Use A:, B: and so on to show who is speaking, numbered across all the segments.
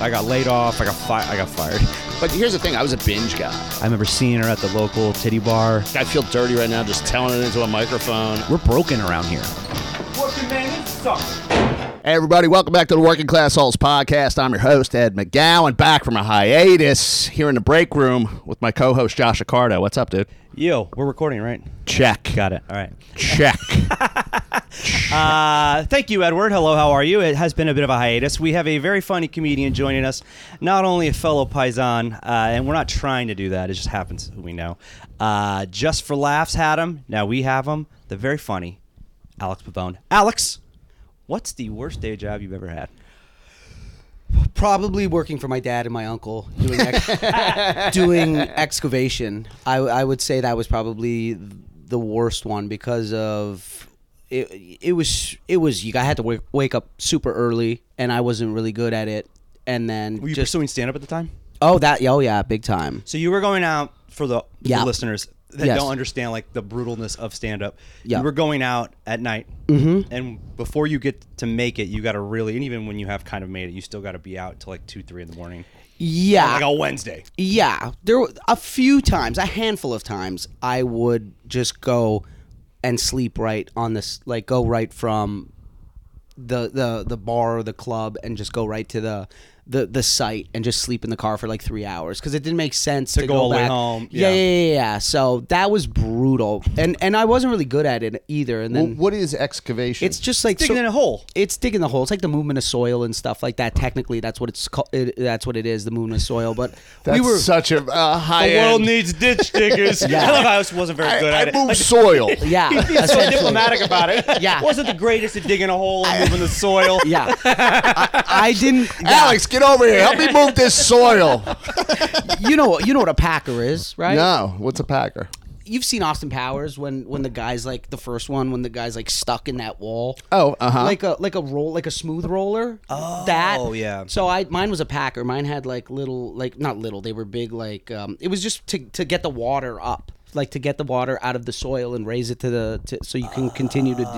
A: I got laid off. I got fi- I got fired.
B: But here's the thing I was a binge guy.
A: I remember seeing her at the local titty bar.
B: I feel dirty right now just telling it into a microphone.
A: We're broken around here.
C: Working man, it sucks.
B: Hey, everybody, welcome back to the Working Class Halls podcast. I'm your host, Ed McGowan, back from a hiatus here in the break room with my co host, Josh Accardo. What's up, dude?
A: Yo, we're recording, right?
B: Check.
A: Got it. All right.
B: Check.
A: Uh, thank you, Edward. Hello, how are you? It has been a bit of a hiatus. We have a very funny comedian joining us, not only a fellow Paisan, uh, and we're not trying to do that. It just happens who we know. Uh, just for laughs had him. Now we have him. The very funny Alex Pavone. Alex, what's the worst day job you've ever had?
D: probably working for my dad and my uncle doing ex- doing excavation. I, I would say that was probably the worst one because of it. It was it was you. I had to wake, wake up super early, and I wasn't really good at it. And then
A: Were you
D: just
A: pursuing stand up at the time?
D: oh that oh yeah big time.
A: So you were going out for the, the
D: Yeah.
A: listeners that
D: Yes.
A: don't understand like the brutalness of stand up.
D: Yeah. Mm-hmm.
A: You were going out at night, and before you get to make it, you got to really, and even when you have kind of made it, you still got to be out till like two, three in the morning,
D: Yeah,
A: like on Wednesday.
D: Yeah, there were a few times, a handful of times, I would just go and sleep right on this, like go right from the the the bar or the club and just go right to the the the site and just sleep in the car for like three hours because it didn't make sense to,
A: go all the way
D: back.
A: home,
D: Yeah.
A: yeah.
D: yeah, yeah, yeah, yeah. So that was brutal, and and I wasn't really good at it either. And then
B: what is excavation?
D: it's just like
A: Digging
D: so-
A: in a hole.
D: it's digging the hole. It's like the movement of soil and stuff like that. Technically, that's what it's called. It, that's what it is, the movement of soil. But
B: That's
D: we were
B: such a uh, high
A: The world needs ditch diggers. I love how I wasn't very
B: I,
A: good
B: I
A: at it.
B: move
A: Like,
B: soil.
D: Yeah,
A: he's so
D: essentially.
A: diplomatic about it.
D: Yeah.
A: Wasn't the greatest at digging a hole and moving the soil.
D: Yeah, I, I didn't. yeah.
B: Alex, get over here. Help me move this soil.
D: you know, you know what a packer is, right?
B: no, what's a packer?
D: You've seen Austin Powers when when the guy's like the first one when the guy's like stuck in that wall.
B: Oh, uh-huh.
D: Like a like a roll like a smooth roller. Oh, that.
A: yeah.
D: So I mine was a packer. Mine had like little like not little. They were big like um. It was just to to get the water up. Like to get the water out of the soil and raise it to the to, so you can continue to dig.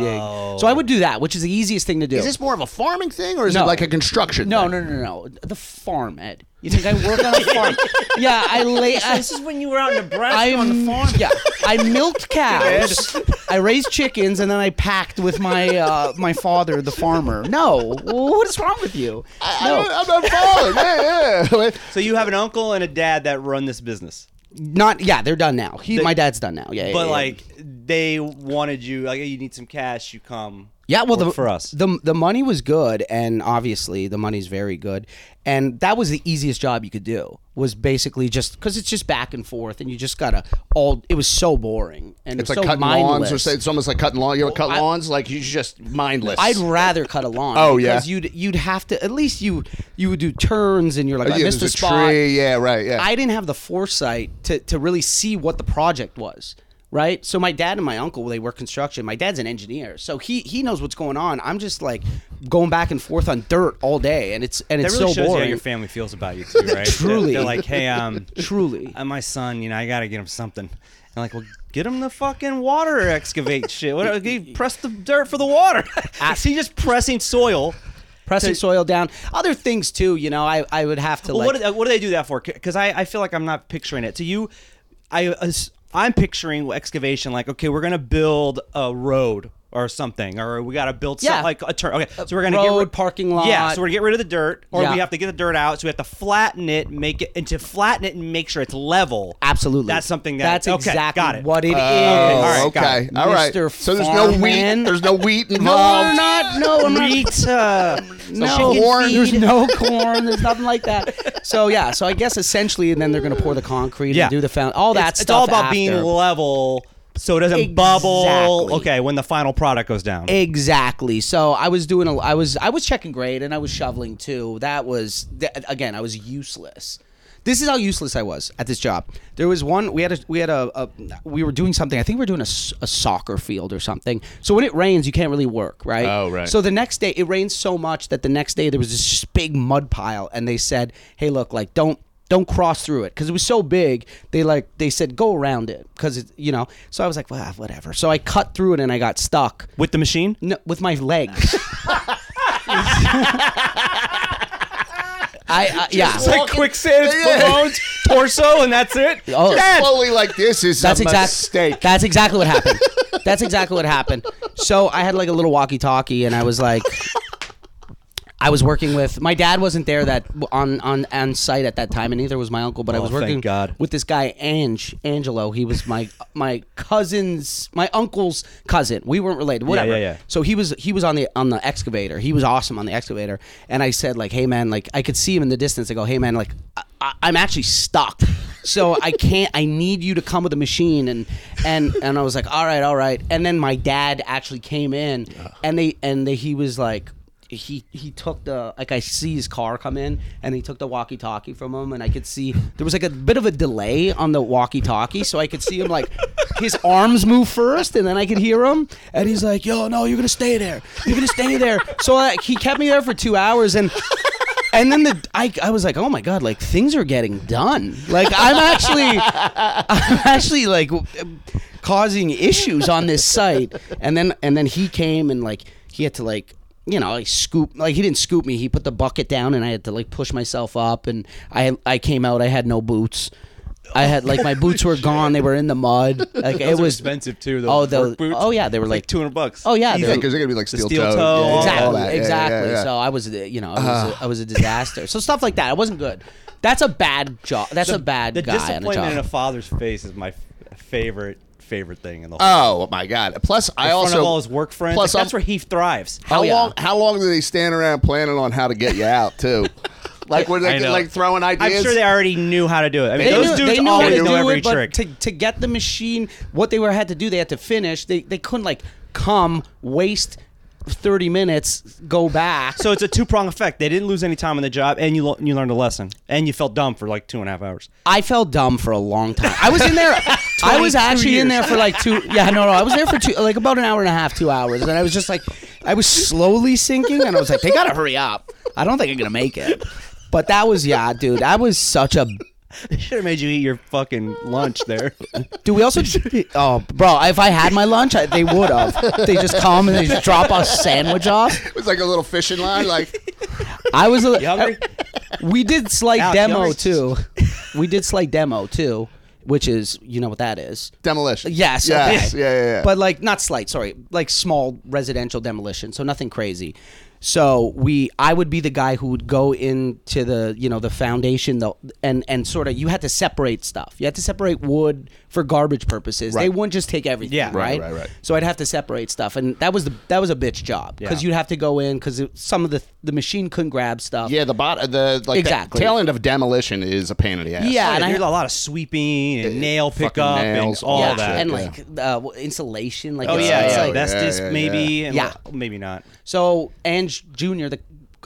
D: So I would
A: Oh.
D: do that, which is the easiest thing to do.
B: Is this more of a farming thing or is
D: No.
B: it like a construction
D: No,
B: thing?
D: no, no, no. The farm, Ed. You think I work on a farm? yeah, I lay. I,
E: This is when you were out in Nebraska
D: I
E: on the farm.
D: Yeah, I milked cows. I raised chickens, and then I packed with my uh, my father, the farmer. No, what is wrong with you?
B: I,
D: No,
B: don't- I'm not following. yeah, yeah.
A: So you have an uncle and a dad that run this business.
D: not yeah. They're done now. He, my dad's done now. Yeah, yeah,
A: But
D: yeah.
A: like they wanted you, like you need some cash, you come.
D: Yeah, well,
A: work
D: the,
A: for us.
D: the the money was good, and obviously the money's very good, and that was the easiest job you could do. Was basically just because it's just back and forth, and you just gotta all. It was so boring, and
B: It's
D: it
B: like
D: was so
B: cutting
D: mindless.
B: lawns, or say, it's almost like cutting lawns. You ever cut
D: I-
B: lawns? Like you just mindless.
D: I'd rather cut a lawn.
B: Oh,
D: because
B: yeah.
D: you'd you'd have to at least you you would do turns, and you're like I
B: Uh, yeah,
D: missed
B: there's
D: a spot.
B: tree. Yeah, right. Yeah.
D: I didn't have the foresight to, to really see what the project was, right? So my dad and my uncle, they work construction. My dad's an engineer, so he he knows what's going on. I'm just like going back and forth on dirt all day, and it's and
A: That
D: it's
A: really
D: so
A: shows you
D: boring.
A: how your family feels about you too, right? They're-
D: Truly.
A: they're, like, hey, um,
D: Truly.
A: uh, my son, you know, I gotta get him something. And like, well, get him the fucking water excavate shit. What? He press the dirt for the water. Is he just pressing soil?
D: Pressing soil down, other things too. You know, I, I would have to
A: Well,
D: like
A: what, do, what do they do that for? Because I, I feel like I'm not picturing it. To you, I as- I'm picturing excavation like okay, we're gonna build a road or something, or we gotta build
D: Yeah.
A: something like a turn. Okay, so we're gonna get
D: road,
A: rid-
D: parking
A: Yeah,
D: lot.
A: so we're gonna get rid of the dirt, or
D: Yeah.
A: we have to get the dirt out. So we have to flatten it, make it, and to flatten it and make sure it's level.
D: absolutely.
A: that's something that-
D: that's
A: okay,
D: exactly
A: got it.
D: what it is.
B: Oh,
A: all right, got
B: okay.
D: it.
B: All right.
D: Mr.
B: So there's no wheat.
D: Farman.
B: There's no wheat
D: No,
B: involved.
D: we're not. No, I'm not.
A: Wheat, uh,
D: No
B: chicken
D: corn.
B: feed.
D: There's no corn. There's nothing like that. So yeah. So I guess essentially, and then they're gonna pour the concrete
A: Yeah.
D: and do the found all that
A: it's,
D: stuff.
A: it's all about being
D: after.
A: level, so it doesn't bubble.
D: Exactly.
A: Okay, when the final product goes down.
D: Exactly. So I was doing a. I was I was checking grade and I was shoveling too. That was th- again. I was useless. This is how useless I was at this job. There was one we had a we had a, a we were doing something. I think we were doing a, s- a soccer field or something. So when it rains, you can't really work, right?
B: Oh, right.
D: So the next day, it rained so much that the next day there was this just big mud pile, and they said, "Hey, look, like don't." Don't cross through it because it was so big. They like they said go around it because it you know. So I was like, well, whatever. So I cut through it and I got stuck.
A: With the machine?
D: No, with my legs. I, I yeah.
A: It's like
B: Walking-
A: quicksand,
B: Yeah.
A: bones, torso, and that's it.
D: Oh.
A: Dead.
B: Slowly like this is
D: That's
B: a
D: exactly.
B: mistake.
D: That's exactly what happened. That's exactly what happened. So I had like a little walkie-talkie, and I was like, I was working with my dad wasn't there that on on on site at that time, and neither was my uncle. But I
A: Oh,
D: was
A: thank
D: working
A: God.
D: with this guy Ange Angelo. He was my my cousin's my uncle's cousin. We weren't related. Whatever.
A: yeah.
D: So he was he was on the on the excavator. He was awesome on the excavator. And I said like, hey man, like I could see him in the distance. I go, hey man, like I, I, I'm actually stuck. So I can't. I need you to come with a machine. And and and I was like, all right, all right. And then my dad actually came in, and they and they, he was like. He he took the like I see his car come in and he took the walkie talkie from him and I could see there was like a bit of a delay on the walkie talkie so I could see him like his arms move first, and then I could hear him. And he's like, "Yo, no, you're gonna stay there. You're gonna stay there." So like, he kept me there for two hours, and and then the I, I was like, "Oh my god, like things are getting done. Like I'm actually I'm actually like w- uh, causing issues on this site." And then and then he came and like he had to like. You know, like scoop like he didn't scoop me. He put the bucket down, and I had to like push myself up. And I I came out. I had no boots. I had like my boots were gone. They were in the mud. Like it
A: Those are
D: was
A: expensive too. Those
D: Oh,
A: the
D: those- oh, yeah, they were like-
A: two hundred bucks.
D: Oh
B: Yeah,
D: yeah, they were-
B: because they're gonna be like
A: The
B: steel,
A: steel
B: toed.
A: toe,
B: Yeah, yeah,
A: all
D: exactly,
B: that. Yeah, yeah,
D: exactly.
B: yeah.
D: So I was, uh, you know, I was,
A: Ah.
D: a, I was a disaster. So stuff like that. It wasn't good. That's a bad job. That's a bad
A: The
D: guy on a
A: disappointment
D: job.
A: in a father's face is my f- favorite favorite thing
D: Uh,
A: in the whole.
B: Oh my god! Plus,
A: in
B: I
A: front
B: also
A: of all his work friends.
B: Plus,
A: like,
B: I'm-
A: that's where he thrives.
B: How
D: Oh, yeah.
B: long? How long do they stand around planning on how to get you out too? like were
A: I
B: they
A: know.
B: like throwing
A: I'm
B: ideas?
A: sure they already knew how to do it. I mean,
D: they
A: those
D: knew,
A: dudes
D: they knew how
A: always
D: to
A: know
D: do
A: every
D: it,
A: trick.
D: but to, to get the machine, what they were had to do, they had to finish. They they couldn't like come waste thirty minutes, go back.
A: so it's a two prong effect. They didn't lose any time on the job, and you lo- you learned a lesson, and you felt dumb for like two and a half hours.
D: I felt dumb for a long time. I was in there. I was
A: 22
D: actually in there
A: years.
D: for like two. Yeah, no, no. I was there for two, like about an hour and a half, two hours, and I was just like, I was slowly sinking, and I was like, they gotta hurry up. I don't think I'm gonna make it. But that was yeah, dude. That was such a.
A: They should have made you eat your fucking lunch there.
D: Do we also? Oh, bro! If I had my lunch, I, they would have. They just come and they just drop a sandwich off.
B: It was like a little fishing line. Like
D: I was. A,
A: You hungry?
D: we did slight
A: Ouch,
D: demo
A: you
D: too. We did slight demo too, which is you know what that is.
B: demolition.
D: Yes.
B: Yes.
D: okay.
B: Yeah. Yeah. yeah.
D: But like not slight, sorry, like small residential demolition, so nothing crazy. So we, I would be the guy who would go into the, you know, the foundation, the and and sort of you had to separate stuff. You had to separate wood for garbage purposes. They
B: Right.
D: wouldn't just take everything.
A: Yeah. Right,
D: right,
B: right, right.
D: So I'd have to separate stuff, and that was the that was a bitch job because
A: Yeah.
D: you'd have to go in because some of the the machine couldn't grab stuff.
B: yeah. The bot. The like
D: Exactly.
B: the tail end of demolition is a pain in the ass.
D: Yeah, and I-
A: Oh, There's a lot of sweeping and nail
B: fucking
A: pickup
B: nails,
A: and all
D: yeah,
A: that.
D: and
B: yeah.
D: like uh, insulation, like
A: oh
D: it's,
A: yeah,
D: it's
A: yeah.
D: like
B: that-
A: Bestest
B: yeah, yeah,
A: maybe. And
D: Yeah.
A: well, maybe not.
D: So Ange Junior, the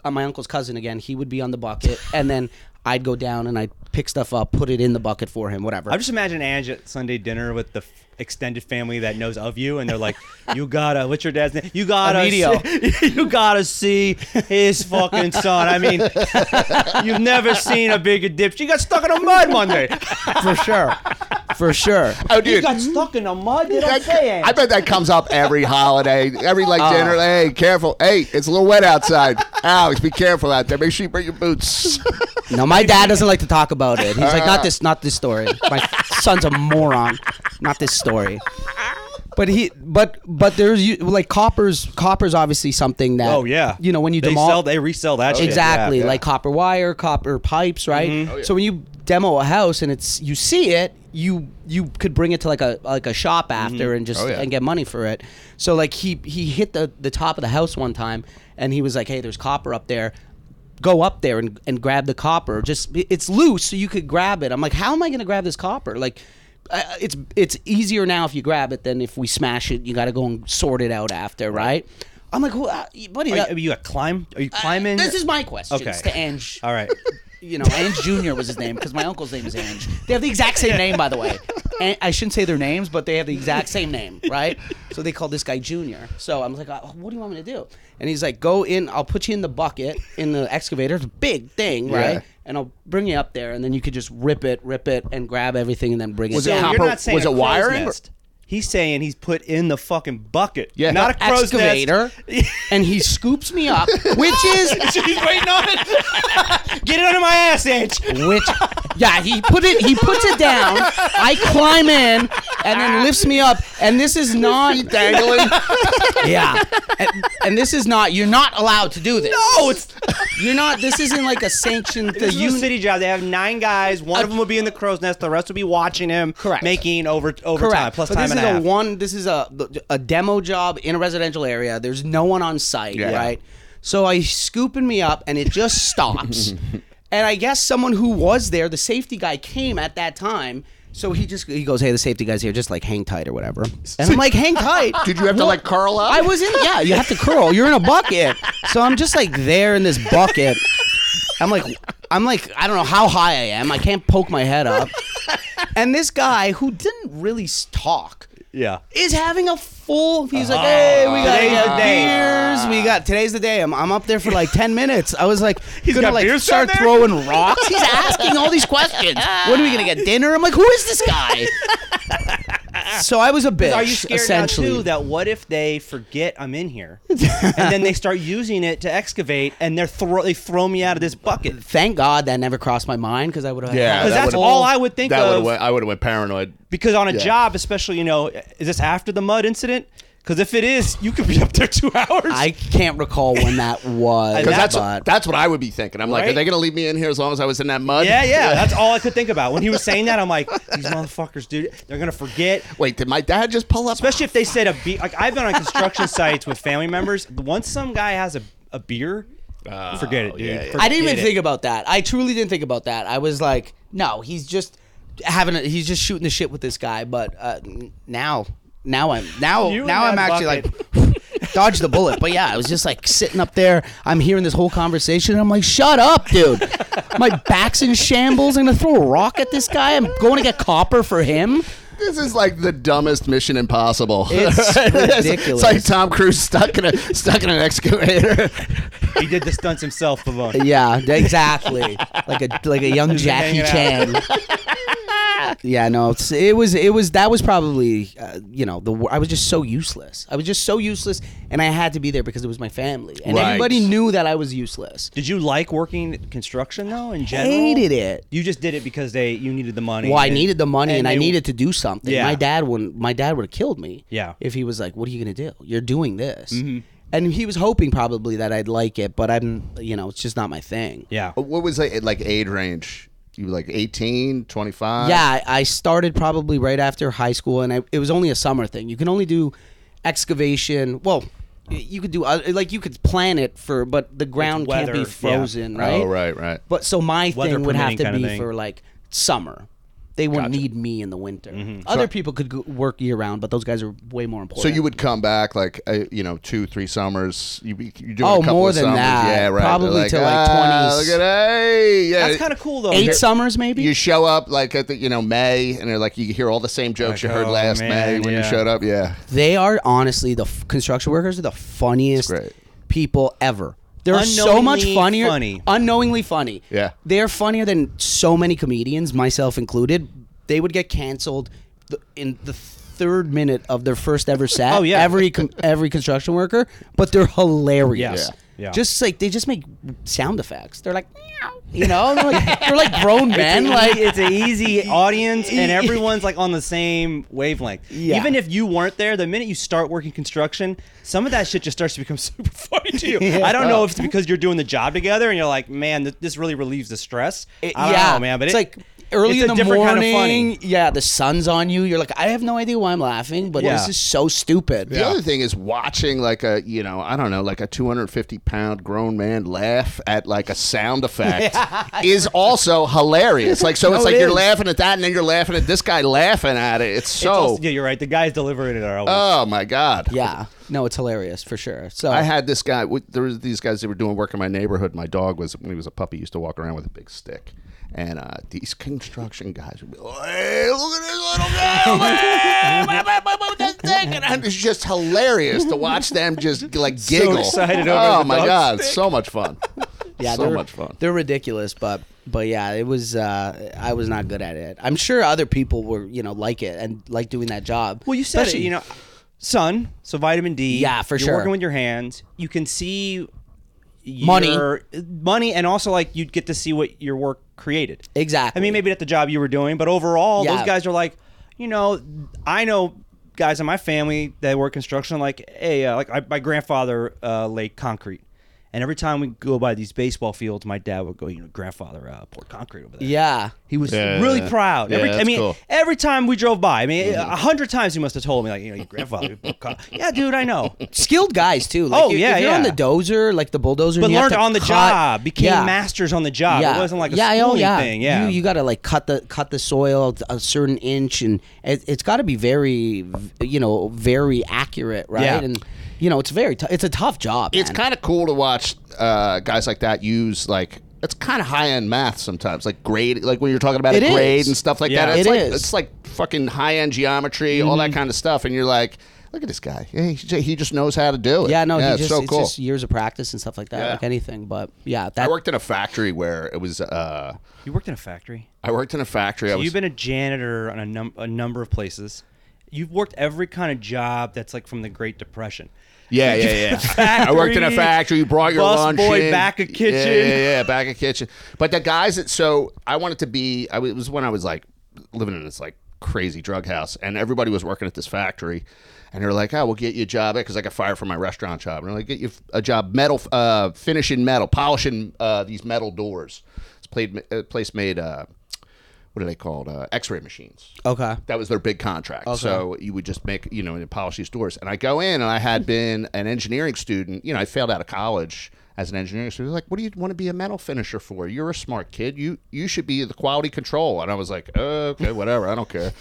D: uh, my uncle's cousin again, he would be on the bucket, and then I'd go down and I'd pick stuff up, put it in the bucket for him, whatever.
A: I just imagine Ange at Sunday dinner with the f- extended family that knows of you, and they're like, "You gotta, what's your dad's name? You gotta,
D: Emilio.
A: see- you gotta see his fucking son. I mean, you've never seen a bigger dip. She got stuck in the mud Monday.
D: for sure, for sure.
B: Oh, dude.
A: stuck in the mud. Did
B: That- I bet that comes up every holiday, every like dinner. Hey, careful! Hey, it's a little wet outside. Alex, be careful out there. Make sure you bring your boots.
D: No, my dad doesn't like to talk about it. He's like,
A: Uh.
D: not this, not this story. My son's a moron. Not this story. But he, but but there's you- like coppers. Coppers obviously something that.
A: Oh yeah.
D: You know when you
A: they
D: demol-
A: sell, they resell that. shit, yeah.
D: Exactly,
A: Yeah.
D: like copper wire, copper pipes, right? So when you demo a house and it's you see it, you you could bring it to like a like a shop after and just
B: Oh, yeah.
D: and get money for it. So like he he hit the the top of the house one time and he was like, "Hey, there's copper up there." Go up there and, and grab the copper. Just it- it's loose, so you could grab it. I'm like, how am I going to grab this copper? Like, uh, it's it's easier now if you grab it than if we smash it. You got to go and sort it out after, right? I'm like, who, uh, buddy,
A: Are you,
D: that-
A: are you a climb? Are you climbing?
D: Uh, this is my question
A: Okay.
D: to Ange.
A: all right.
D: You know, Ange Jr. was his name because my uncle's name is Ange. They have the exact same name, by the way. An- I shouldn't say their names, but they have the exact same name, right? So they called this guy Junior. So I'm like, "Uh, what do you want me to do? And he's like, go in, I'll put you in the bucket in the excavator. It's a big thing, right?
B: Yeah.
D: And I'll bring you up there, and then you could just rip it, rip it, and grab everything, and then bring it.
B: Was it
A: So
D: down.
B: Copper-
A: you're not saying
B: was
A: a
B: it
A: crow's
B: wiring or-
A: nest. He's saying he's put in the fucking bucket.
B: Yeah.
A: Not a crow's nest.
D: excavator? And he scoops me up, which is
A: She's waiting on it. Get it under my ass itch.
D: Which, yeah, he put it. He puts it down. I climb in, and then lifts me up. And this is not
B: dangling.
D: yeah. And, and this is not. You're not allowed to do this.
A: No, it's
D: You're not. This isn't like a sanctioned.
A: this
D: thing.
A: is
D: You
A: a city job. They have nine guys. One of them will be in the crow's nest. The rest will be watching him.
D: Correct.
A: Making over overtime
D: correct.
A: plus
D: but
A: time
D: this
A: and
D: is
A: a
D: a
A: half.
D: one. This is a a demo job in a residential area. There's no one on site,
B: Yeah.
D: right? So I scooping me up, and it just stops. and I guess someone who was there, the safety guy, came at that time. So he just he goes, "Hey, the safety guy's here. Just like hang tight or whatever." And I'm like, "Hang tight."
B: Did you have to like curl up?
D: I was in. Yeah, you have to curl. You're in a bucket. So I'm just like there in this bucket. I'm like, I'm like, I don't know how high I am. I can't poke my head up. And this guy who didn't really s- talk
A: Yeah.
D: is having a full. He's like, hey, we got
A: Uh-huh. Today's the
D: uh,
A: day.
D: beers. We got today's the day. I'm, I'm up there for like ten minutes. I was like, he's gonna
A: got
D: like
A: beers
D: start
A: down there?
D: throwing rocks. He's asking all these questions. when are we gonna get dinner? I'm like, who is this guy? So I was a bitch.
A: Are you scared now
D: essentially.
A: too that what if they forget I'm in here, and then they start using it to excavate, and they're throw they throw me out of this bucket?
D: Thank God that never crossed my mind because I would have.
B: Yeah, 'Cause
A: Because
B: that
A: that's
B: would-
A: all I would think
B: that
A: of.
B: would I would have went paranoid.
A: Because on a
B: Yeah.
A: job, especially, you know, is this after the mud incident? Because if it is, you could be up there two hours.
D: I can't recall when that was.
A: And
B: Because that's
D: but-
B: that's what I would be thinking. I'm like, are
A: Right?
B: they gonna leave me in here as long as I was in that mud?
A: yeah, yeah, that's all I could think about. When he was saying that, I'm like, these motherfuckers, dude, they're gonna forget.
B: Wait, did my dad just pull up?
A: Especially if they said a beer. Like I've been on construction sites with family members. Once some guy has a, a beer, forget it, dude.
B: yeah, yeah.
A: Forget
D: Oh, I didn't even
A: it.
D: think about that. I truly didn't think about that. I was like, no, he's just having. A, he's just shooting the shit with this guy. But uh, n- now, now I'm now
A: You
D: now
A: and
D: I'm
A: that
D: actually like. Dodge the bullet, but yeah, I was just like sitting up there. I'm hearing this whole conversation. And I'm like, shut up, dude. My back's in shambles. I'm gonna throw a rock at this guy. I'm going to get copper for him.
B: This is like the dumbest Mission Impossible.
D: It's ridiculous.
B: It's like Tom Cruise stuck in a stuck in an excavator.
A: he did the stunts himself alone.
D: Yeah, exactly. like a like a young
A: Just
D: Jackie
A: hanging
D: Chan. yeah, no, it's, it was it was that was probably uh, you know the wor- I was just so useless. I was just so useless, and I had to be there because it was my family, and
B: Right.
D: everybody knew that I was useless.
A: Did you like working construction though? In general,
D: Hated it.
A: You just did it because they you needed the money.
D: Well, I
A: and-
D: needed the money, and, I
A: they-
D: needed to do something.
A: Yeah.
D: My dad wouldn't. My dad would have killed me.
A: Yeah. Mm-hmm.
D: If he was like, "What are you gonna do? You're doing this," and he was hoping probably that I'd like it, but I'm, you know, it's just not my thing.
A: Yeah.
B: what was it like age range? You were like 18, 25?
D: Yeah, I I started probably right after high school, and I, it was only a summer thing. You can only do excavation. Well, y- you could do other, like you could plan it for, but the ground can't
A: weather,
D: be
A: yeah.
D: frozen, right?
B: Oh right, right.
D: But so my
A: Weather
D: thing would have
A: permitting
D: to
A: kinda
D: be
A: thing.
D: for like summer. They wouldn't need me in the winter.
A: Mm-hmm.
D: Other people could go, work year round, but those guys are way more important.
B: So you would come back like uh, you know two, three summers. You be you doing
D: Oh,
B: a couple
D: more
B: of
D: than
B: summers.
D: that.
B: Yeah, right.
D: Probably
B: They're like,
D: till, like,
B: ah,
D: 20s.
B: Look at hey, yeah.
A: That's kind of cool though.
D: eight
A: Here-
D: summers maybe.
B: You show up like at the you know May, and they're like you hear all the same
A: Like,
B: jokes you heard
A: oh,
B: last May
A: man,
B: when you
A: yeah.
B: showed up. Yeah,
D: they are honestly the f- construction workers are the funniest
B: It's great.
D: people ever. They're so much
A: Unknowingly
D: funnier,
A: funny.
D: unknowingly funny.
B: Yeah.
D: they're funnier than so many comedians, myself included. They would get canceled th- in the third minute of their first ever set.
A: Oh, yeah.
D: every con- every construction worker, but they're hilarious.
A: Yes. Yeah. Yeah.
D: Just like they just make sound effects. They're like, "Meow," you know, they're like, they're like grown men. like
A: it's an easy audience and everyone's like on the same wavelength.
D: Yeah.
A: Even if you weren't there, the minute you start working construction, some of that shit just starts to become super funny to you. I don't know if it's because you're doing the job together and you're like, man, th- this really relieves the stress.
D: It-
A: I don't
D: yeah,
A: know, man, but
D: it's
A: it-
D: like early
A: it's
D: in
A: a
D: the
A: different
D: morning.
A: kind of funny.
D: Yeah, the sun's on you. You're like, I have no idea why I'm laughing, but
A: Yeah.
D: this is so stupid.
B: The other thing is watching like a you know I don't know like a 250 pound grown man laugh at like a sound effect is also hilarious. Like so, it's
D: No,
B: like
D: it
B: you're
D: is.
B: laughing at that, and then you're laughing at this guy laughing at it. It's
A: It's
D: Oh.
B: so
A: also- yeah, you're right. The guys delivering it are
D: Uh,
A: always.
B: oh my god.
D: Yeah. No, it's hilarious for sure. So
B: I had this guy. w- There was these guys that were doing work in my neighborhood. My dog was when he was a puppy used to walk around with a big stick, and uh, these construction guys would be, like, "Hey, look at this little guy!" over there. Blah, blah, blah, blah, with that stick." And I'm- it's just hilarious to watch them just like giggle.
A: excited over
B: oh
A: the
B: my
A: dog
B: god, so much fun.
D: yeah,
B: so
D: they're-
B: much fun.
D: They're ridiculous, but but yeah, it was. Uh, I was not good at it. I'm sure other people were, you know, like it and like doing that job.
A: Well, you said it,
D: Especially-
A: you know, sun, so vitamin D.
D: Yeah, for
A: you're
D: sure.
A: Working with your hands, you can see
D: Money.
A: your- uh, money, and also like you'd get to see what your work created.
D: Exactly.
A: I mean, maybe not the job you were doing, but overall,
D: Yeah.
A: those guys are like, you know, I know guys in my family that work construction. Like, hey, uh, like I, my grandfather uh, laid concrete, and every time we go by these baseball fields, my dad would go, you know, grandfather uh, poured concrete over there.
D: Yeah.
A: He was
B: Yeah.
A: really proud.
B: Yeah,
A: every, I
B: that's
A: mean,
B: cool.
A: every time we drove by, I mean,
D: Mm-hmm.
A: a hundred times he must have told me, like, you know, your grandfather. poured con- yeah, dude, I know.
D: Skilled guys too. Like
A: Oh,
D: if-
A: yeah,
D: if you're on
A: yeah.
D: the dozer, like the bulldozer,
A: But
D: and you have
A: learned
D: to
A: on the
D: cut-
A: job, became
D: Yeah.
A: masters on the job. It wasn't like a
D: yeah, oh,
A: schooling
D: yeah.
A: thing. Yeah,
D: you, you got to like cut the cut the soil a certain inch, and it, it's got to be very, you know, very accurate, right?
A: Yeah.
D: And you know, it's very t- it's a tough job.
B: it's
D: man.
B: kind of cool to watch uh, guys like that use like it's kind of high end math sometimes, like grade, like when you're talking about
D: It
B: a grade
D: is.
B: and stuff like
A: Yeah.
B: that. It's
D: It
B: like,
D: is. Mm-hmm.
B: It's like fucking high end geometry, all that kind of stuff, and you're like, look at this guy. Yeah, he, j- he just knows how to do it.
D: yeah, no, he
B: it's
D: just,
B: so
D: it's
B: cool.
D: just years of practice and stuff like that,
B: Yeah.
D: like anything. But yeah,
B: I
D: that
B: worked in a factory where it was. Uh,
A: You worked in a factory.
B: I worked in a factory. I was,
A: You've been a janitor on a, num- a number of places. You've worked every kind of job that's like from the Great Depression.
B: Yeah, yeah, yeah. I worked in a
A: Factory,
B: factory. You brought your
A: bus
B: lunch.
A: boy,
B: in.
A: back of kitchen.
B: Yeah, yeah, yeah, back of kitchen. But the guys that so I wanted to be. I was, it was when I was like living in this like crazy drug house, and everybody was working at this factory, and they're like, "Oh, we'll get you a job because I got fired from my restaurant job." And they're like, "Get you a job metal uh, finishing metal, polishing uh, these metal doors." This played uh, place made. Uh, what are they called? Uh, X-ray machines.
D: okay.
B: That was their big contract. So you would just make, you know, and polish these doors. And I go in and I had been an engineering student. You know, I failed out of college as an engineering student. Like, what do you want to be a metal finisher for? You're a smart kid. You you should be the quality control. And I was like, okay, whatever. I don't care.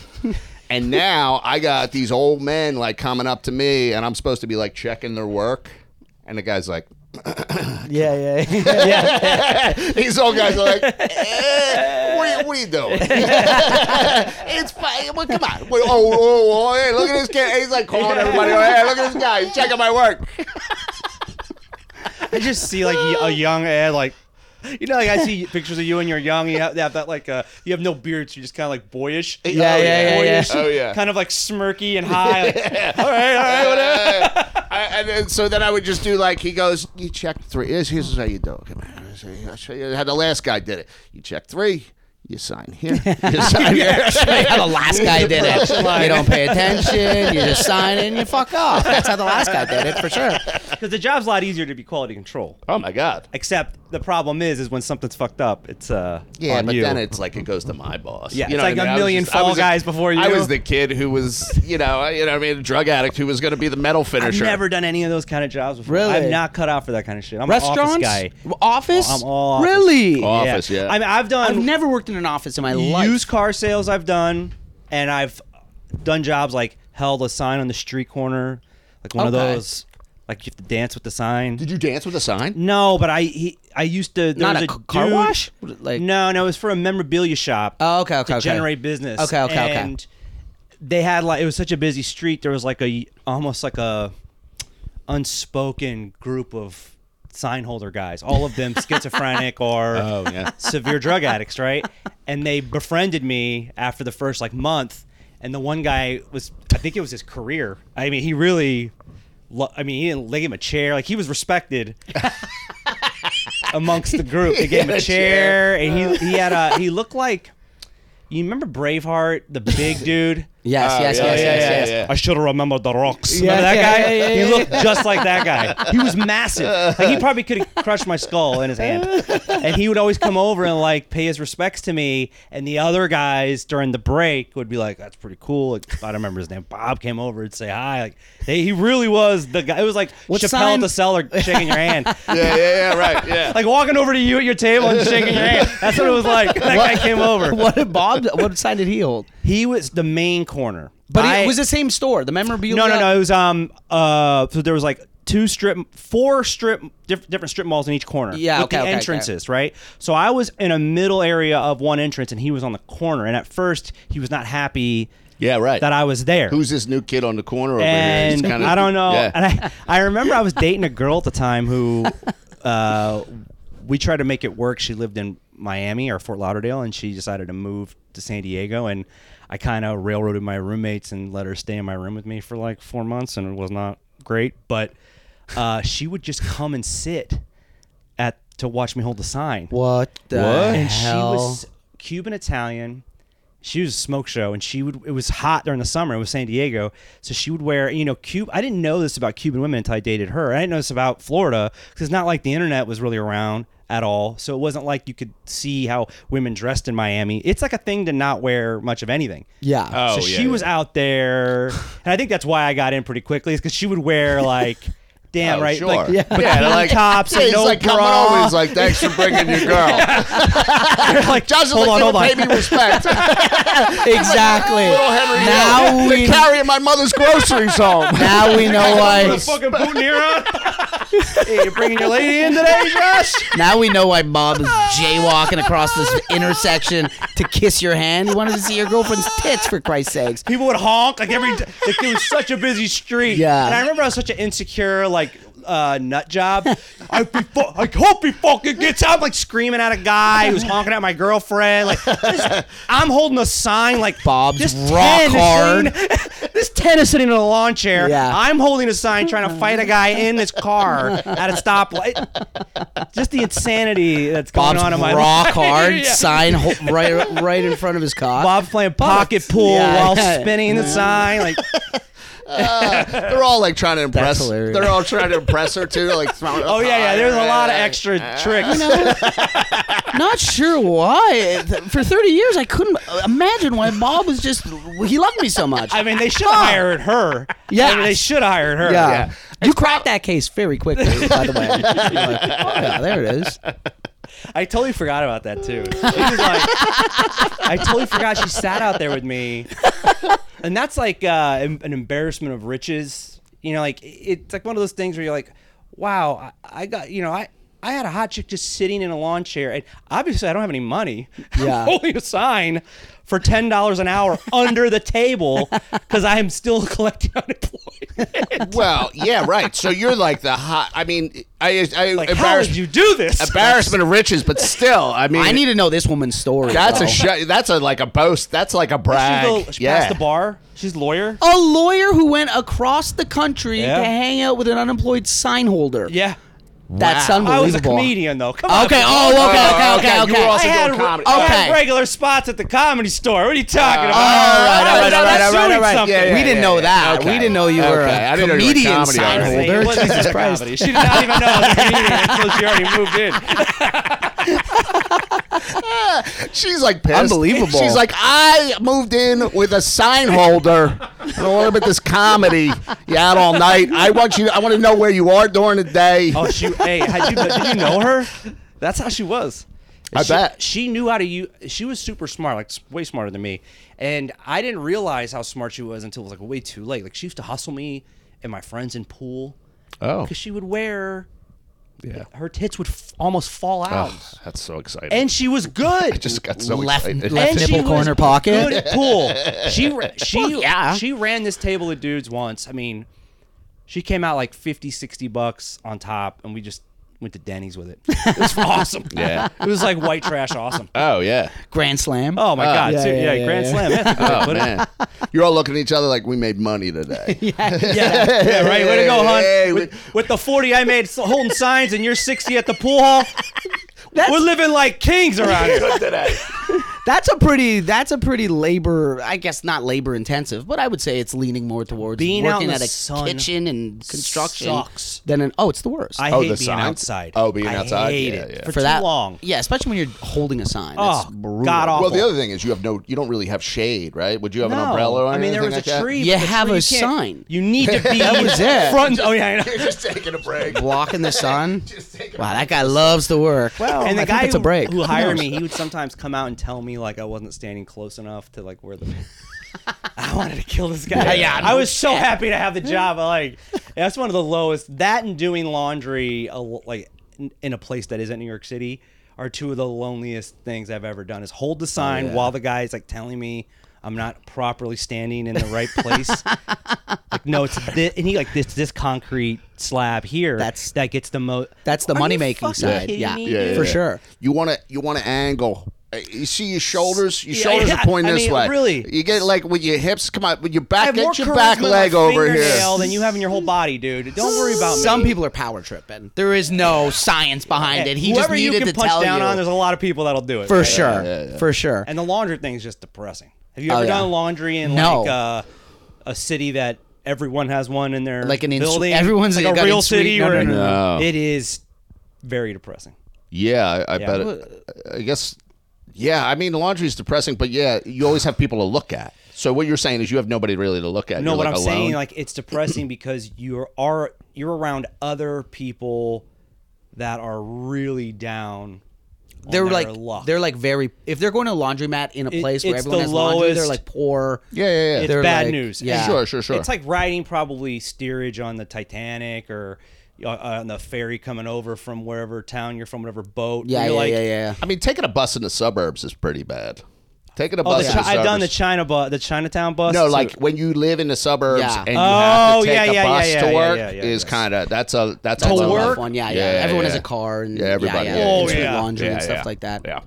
B: and now I got these old men like coming up to me and I'm supposed to be like checking their work. And the guy's like,
D: Yeah, yeah, yeah.
B: these old guys are like, eh, what, are you, what are you doing? it's fine. Well, come on. Well, oh, oh, oh, hey, look at this kid. He's like calling everybody. Oh, hey, look at this guy. He's checking my work.
A: I just see like y- a young Ed, like you know, like I see pictures of you when you're young. You have, you have that like uh, you have no beard, so you're just kind of like boyish.
D: Yeah,
B: oh,
D: yeah, yeah, yeah.
A: Boyish,
B: Oh, yeah.
A: Kind of like smirky and high. like, all right, all right, whatever.
B: Uh, I, and then, so then I would just do like he goes. You check three. Here's, here's how you do. it. Come on, I'll show you- I'll show you how the last guy did it. You check three. You sign here. You sign here.
D: how the last guy did it. You don't pay attention. You just sign it and you fuck off. That's how the last guy did it for sure.
A: Because the job's a lot easier to be quality control.
B: oh my god.
A: Except the problem is, is when something's fucked up, it's uh
B: Yeah,
A: on
B: but
A: you.
B: then it's like it goes to my boss.
A: Yeah,
B: You know
A: it's like
B: what
A: a
B: I mean? I was
A: million
B: just- I
A: Fall
B: was a-
A: Guys before
B: I
A: you.
B: was the kid who was, you know, you know, what I mean, a drug addict who was going to be the metal
A: I've
B: finisher.
A: never done any of those kind of jobs before.
D: Really?
A: I'm not cut out for that kind of shit. I'm an
D: Restaurants,
A: office guy. Oh,
D: office,
A: I'm all office. Oh.
D: really.
B: Office. yeah.
A: I mean, I've
D: I've
A: done
D: never worked in an office in my life.
A: used car sales. I've done, and I've done jobs like held a sign on the street corner, like one
D: Okay.
A: of those, like you have to dance with the sign.
B: Did you dance with a sign?
A: no, but I he, I used to. There
D: Not
A: was
D: a
A: a
D: c- car
A: dude-
D: wash? Like-
A: no, no, it was for a memorabilia shop.
D: Oh, okay,
A: to
D: okay, okay.
A: generate business.
D: Okay, okay, okay.
A: and They had like it was such a busy street. There was like a almost like a unspoken group of sign holder guys, all of them schizophrenic or
D: Oh,
B: yeah.
A: severe drug addicts, right? And they befriended me after the first like month. And the one guy was, I think it was his career. I mean, he really, lo- I mean, he didn't leg him a chair. Like he was respected amongst the group. They gave him
B: Yeah,
A: a
B: a
A: chair,
B: chair.
D: Uh.
A: and he he had a he looked like, you remember Braveheart, the big dude.
D: Yes,
A: Oh,
D: yes,
B: yeah,
D: yes,
B: yeah,
D: yes,
B: yeah,
D: yes.
B: yeah.
A: I should have remembered the rocks.
D: Yeah,
A: Remember that
D: yeah,
A: guy?
D: yeah, yeah,
A: he
D: yeah.
A: looked just like that guy. He was massive. Like, he probably could have crushed my skull in his hand. And he would always come over and like pay his respects to me. And the other guys during the break would be like, "That's pretty cool." Like, I don't remember his name. Bob came over and say hi. Like they, he really was the guy. It was like
D: What
A: Chappelle
D: sign-
A: at the cellar shaking your hand.
B: Yeah, yeah, yeah, right. Yeah.
A: Like walking over to you at your table and shaking your hand. That's what it was like. That guy came over.
D: What did Bob? What sign did he hold?
A: He was the main corner.
D: But
A: I-
D: it was the same store, the memorabilia.
A: No, no, no. It was um uh so there was like two strip four strip diff- different strip malls in each corner.
D: Yeah,
A: with
D: okay,
A: the
D: okay, okay.
A: entrances, right? So I was in a middle area of one entrance and he was on the corner and at first he was not happy
B: Yeah, right.
A: that I was there.
B: Who's this new kid on the corner over here?
A: and
B: He's kinda-
A: I don't know.
B: Yeah.
A: And I, I remember I was dating a girl at the time who uh, we tried to make it work. She lived in Miami or Fort Lauderdale, and she decided to move to San Diego. And I kind of railroaded my roommates and let her stay in my room with me for like four months, and it was not great. But uh, she would just come and sit to watch me hold the sign.
D: What the
A: And
D: hell?
A: she was Cuban Italian. She was a smoke show, and she would. It was hot during the summer. It was San Diego, so she would wear. You know, Cube. I didn't know this about Cuban women until I dated her. I didn't know this about Florida because it's not like the internet was really around at all. So it wasn't like you could see how women dressed in Miami. It's like a thing to not wear much of anything.
D: yeah.
E: Oh,
A: so
E: yeah,
A: she
E: yeah.
A: was out there, and I think that's why I got in pretty quickly, is because she would wear like, damn
B: Oh,
A: right,
B: sure.
A: like
B: yeah, they're like
A: tops
B: yeah,
A: and
B: he's
A: no
B: like
A: bra.
B: coming over. He's like, thanks for bringing your girl.
A: like,
B: Johnson,
A: hold on,
B: like, they
A: hold
B: don't
A: on.
B: pay me respect.
D: exactly.
B: Little Henry,
D: now
B: Hill.
D: we
B: They're carrying my mother's groceries home.
D: now we know why
A: fucking hey, you're bringing your lady in today, Josh?
D: now we know why Bob is jaywalking across this intersection to kiss your hand. He wanted to see your girlfriend's tits for Christ's sakes.
A: People would honk like every. Like, it was such a busy street.
D: Yeah.
A: And I remember I was such an insecure like uh, nut job. I, be fu- I hope he fucking gets out. Like screaming at a guy who's honking at my girlfriend. Like this- I'm holding a sign like
D: Bob's
A: this
D: rock
A: ten is
D: hard.
A: sitting- this ten is sitting in a lawn chair.
D: Yeah.
A: I'm holding a sign trying to fight a guy in his car at a stoplight. Just the insanity that's going
D: Bob's
A: on in my
D: raw
A: life.
D: card
A: Yeah.
D: sign ho- right right in front of his cock.
A: Bob playing pocket pool
D: Yeah.
A: while spinning the sign. Like,
B: They're all like trying to impress.
D: hilarious.
B: They're all trying to impress her too. Like,
A: oh yeah, yeah. There's a lot of extra tricks.
D: Not sure why. For 30 years, I couldn't imagine why Bob was just. He loved me so much.
A: I mean, they should have hired her.
D: Yeah.
A: I mean, they should have hired her.
D: yeah. You cracked that case very quickly, by the way. You're like, oh, yeah, there it is.
A: I totally forgot about that too. She was like, I totally forgot she sat out there with me, and that's like uh, em- an embarrassment of riches. You know, like it- it's like one of those things where you're like, wow, I, I got you know I. I had a hot chick just sitting in a lawn chair, and obviously I don't have any money.
D: Yeah.
A: I'm holding a sign for ten dollars an hour under the table because I am still collecting unemployment.
B: well, yeah, right. So you're like the hot. I mean, I, I
A: like, how
B: embarrass,
A: did you do this?
B: embarrassment of riches, but still, I mean,
D: I need to know this woman's story.
B: That's
D: though.
B: a sh- That's a like a boast. That's like a brag.
A: She's the, she
B: yeah. Oh.
A: passed the bar. She's a lawyer.
D: A lawyer who went across the country
A: Yeah.
D: to hang out with an unemployed sign holder.
A: Yeah.
D: That's
A: I
B: Wow.
A: was a
D: unbelievable.
A: comedian though. Come on.
D: Okay. Oh, okay.
B: Oh,
D: Okay. Okay.
B: okay, you
D: Okay.
B: were also
A: I had,
B: doing comedy.
A: I had
D: Okay. Uh,
A: regular spots at the comedy store. What are you talking about?
D: all Oh, right,
A: Oh, I
D: all
A: was
D: right,
A: out
D: all right, all right,
A: shooting
D: all right.
A: something.
B: Yeah, yeah,
D: we didn't
B: yeah,
D: know
B: yeah.
D: that.
B: Okay.
D: We didn't know you were
B: Okay.
D: a
B: I didn't know you were a
D: comedian
B: comedy
D: sign
B: artist.
A: Say,
D: holder.
A: it wasn't
D: Jesus
A: even
D: Christ.
A: comedy. She did not even know I was a comedian until she already moved in.
B: She's like pissed.
D: Unbelievable.
B: She's like, I moved in with a sign holder. I don't want to about this comedy. You out all night. I want you. I want to know where you are during the day.
A: Oh, she. Hey, had you, did you know her? That's how she was.
B: I
A: she,
B: bet.
A: she knew how to use. She was super smart, like s- way smarter than me. And I didn't realize how smart she was until it was like way too late. Like she used to hustle me and my friends in pool
B: Oh,
A: because she would wear.
B: yeah.
A: Her tits would f- almost fall out,
B: Oh, that's so exciting.
A: and she was good.
B: I just got so
D: Left-
B: excited.
D: left-
A: and
D: nipple
A: she was
D: corner pocket.
A: Good at pool. She ra- she
D: yeah.
A: she ran this table of dudes once. I mean, she came out like 50, 60 bucks on top, and we just went to Denny's with it. It was awesome.
B: Yeah.
A: it was like white trash awesome.
B: Oh yeah.
D: Grand slam.
A: Oh my god,
D: yeah,
A: dude,
D: yeah,
A: yeah,
D: yeah,
A: Grand
D: yeah.
A: Slam. That's a good way to
B: Oh
A: put it.
B: man. You're all looking at each other like we made money today.
A: Yeah, yeah, right. Way to go, hon.
B: Hey, we-
A: with, with the forty I made s- holding signs, and you're sixty at the pool hall. We're living like kings around here.
B: today.
D: That's a pretty. That's a pretty labor. I guess not labor intensive, but I would say it's leaning more towards
A: Being out
D: working
A: in the
D: at a
A: sun
D: kitchen and construction
A: sucks.
D: than an. Oh, it's the worst.
A: I
B: Oh,
A: hate
B: the
A: being
B: sign?
A: outside.
B: Oh, being
A: I
B: outside?
A: hate
B: Yeah,
A: it
B: yeah.
A: for,
D: for
A: too
D: that
A: long.
D: Yeah, especially when you're holding a sign.
A: Oh,
D: it's brutal.
A: god awful.
B: Well, the other thing is you have no, you don't really have shade, right? Would you have an
A: No.
B: umbrella? Or
A: I mean, there was
B: anything
A: a
B: like
A: tree.
D: You
A: but the
D: have
A: tree
D: a
A: can't-
D: sign.
A: You need to be
D: That was it.
A: front. Oh yeah, I know.
B: That? You're just taking a break.
D: Blocking the sun.
B: Just take a
D: Wow, that guy loves to work. Well,
A: and the
D: I
A: guy
D: think it's
A: who,
D: a break.
A: who hired me, he would sometimes come out and tell me like I wasn't standing close enough to like where the. I wanted to kill this guy.
D: Yeah, yeah,
A: I was so happy to have the job. I, like that's one of the lowest. That and doing laundry, a lo- like in- in a place that isn't New York City, are two of the loneliest things I've ever done. Is
D: Oh,
A: hold the sign while the guy's like telling me. I'm not properly standing in the right place. like no, it's this, and he like this this concrete slab here.
D: That's-
A: that gets the most.
D: That's the money making side. Yeah,
B: Yeah, yeah,
D: for
B: yeah.
D: sure.
B: You want to you want to angle Uh, You see your shoulders. Your
A: Yeah,
B: shoulders
A: yeah,
B: are pointing
A: I
B: this
A: mean,
B: way.
A: really.
B: you get like with your hips. Come on, with your
A: I
B: back,
A: have more
B: get your back
A: charisma in
B: leg
A: my
B: over
A: fingernail
B: here.
A: than you have in your whole body, dude. Don't worry about me.
D: Some people are power tripping.
E: There is no science behind
A: Hey,
E: it. He just
A: whoever you
E: needed to
A: can punch
E: tell
A: down
E: you.
A: on, there's a lot of people that'll do it
D: For
A: right?
D: sure. For sure.
A: And the laundry thing is just depressing. Have you ever
E: Oh, yeah.
A: done laundry in
E: No.
A: like uh, a city that everyone has one in their
E: Like an ins-
A: building?
E: everyone's
A: like
E: got
A: a
E: an
A: real
E: in-suite-
A: city
E: no, no,
A: where
B: no, no.
A: it is very depressing.
B: Yeah, I, I
A: Yeah.
B: bet. It, I guess. Yeah, I mean, laundry's depressing, but yeah, you always have people to look at. So what you're saying is you have nobody really to look at.
A: No,
B: You're,
A: what
B: like,
A: I'm
B: alone.
A: saying, like it's depressing because you are you're around other people that are really down. on
D: they're
A: their
D: like
A: luck.
D: they're like very if they're going to a laundromat in a
A: It-
D: place where
A: it's
D: everyone
A: the
D: has laundry, they're
A: lowest-
D: like poor.
B: yeah, yeah, yeah.
A: it's
D: they're
A: bad
D: like-
A: news.
D: yeah.
B: Sure, sure, sure.
A: It's like riding probably steerage on the Titanic or uh, on the ferry coming over from wherever town you're from, whatever boat.
D: Yeah,
A: You're
D: yeah,
A: like,
D: yeah, yeah.
B: I mean, taking a bus in the suburbs is pretty bad. Taking a
A: Oh,
B: bus.
A: the
B: in the
A: Chi- I've done the
B: suburbs-
A: China bus, the Chinatown bus.
B: No,
A: too.
B: like when you live in the suburbs
D: Yeah.
B: and you have
A: Oh,
B: to take
A: yeah,
B: a
A: yeah,
B: bus
A: yeah,
B: to
A: yeah,
B: work
A: yeah, yeah,
B: is
A: yeah.
B: kind of that's a that's
A: To
B: a low
A: work?
B: level.
D: One, yeah, yeah. Everyone has a car and
B: Yeah, everybody.
D: Yeah,
B: yeah,
D: yeah.
A: Oh,
D: It's for
A: yeah.
D: laundry
B: Yeah,
D: and stuff
B: yeah.
D: like that.
B: Yeah.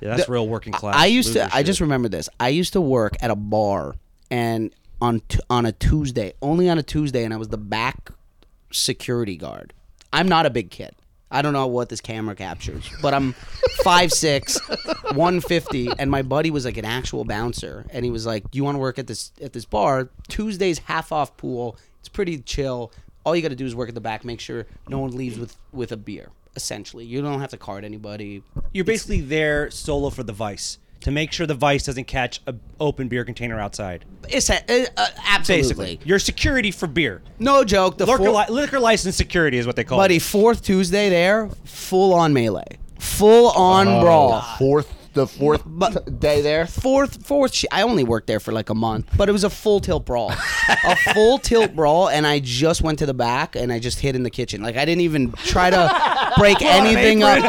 A: yeah, that's real working class.
D: I used to.
A: loser
D: I
A: shit.
D: just remember this. I used to work at a bar, and on t- on a Tuesday, only on a Tuesday, and I was the back security guard. I'm not a big kid. I don't know what this camera captures, but I'm 5'6", 150, and my buddy was like an actual bouncer, and he was like, "Do you want to work at this at this bar? Tuesday's half off pool. It's pretty chill. All you got to do is work at the back, make sure no one leaves with with a beer. Essentially, you don't have to card anybody.
A: you're basically there solo for the vice to make sure the vice doesn't catch a open beer container outside.
D: It's a, uh, uh, absolutely.
A: Basically, your security for beer.
D: No joke. The
A: Liquor,
D: four,
A: li- liquor license security is what they call
D: buddy,
A: it.
D: fourth Tuesday there, full on melee, full on brawl.
B: Fourth, the fourth oh, t- day there.
D: Fourth, fourth. Sh- I only worked there for like a month, but it was a full tilt brawl, a full tilt brawl, and I just went to the back and I just hid in the kitchen. Like I didn't even try to break anything up.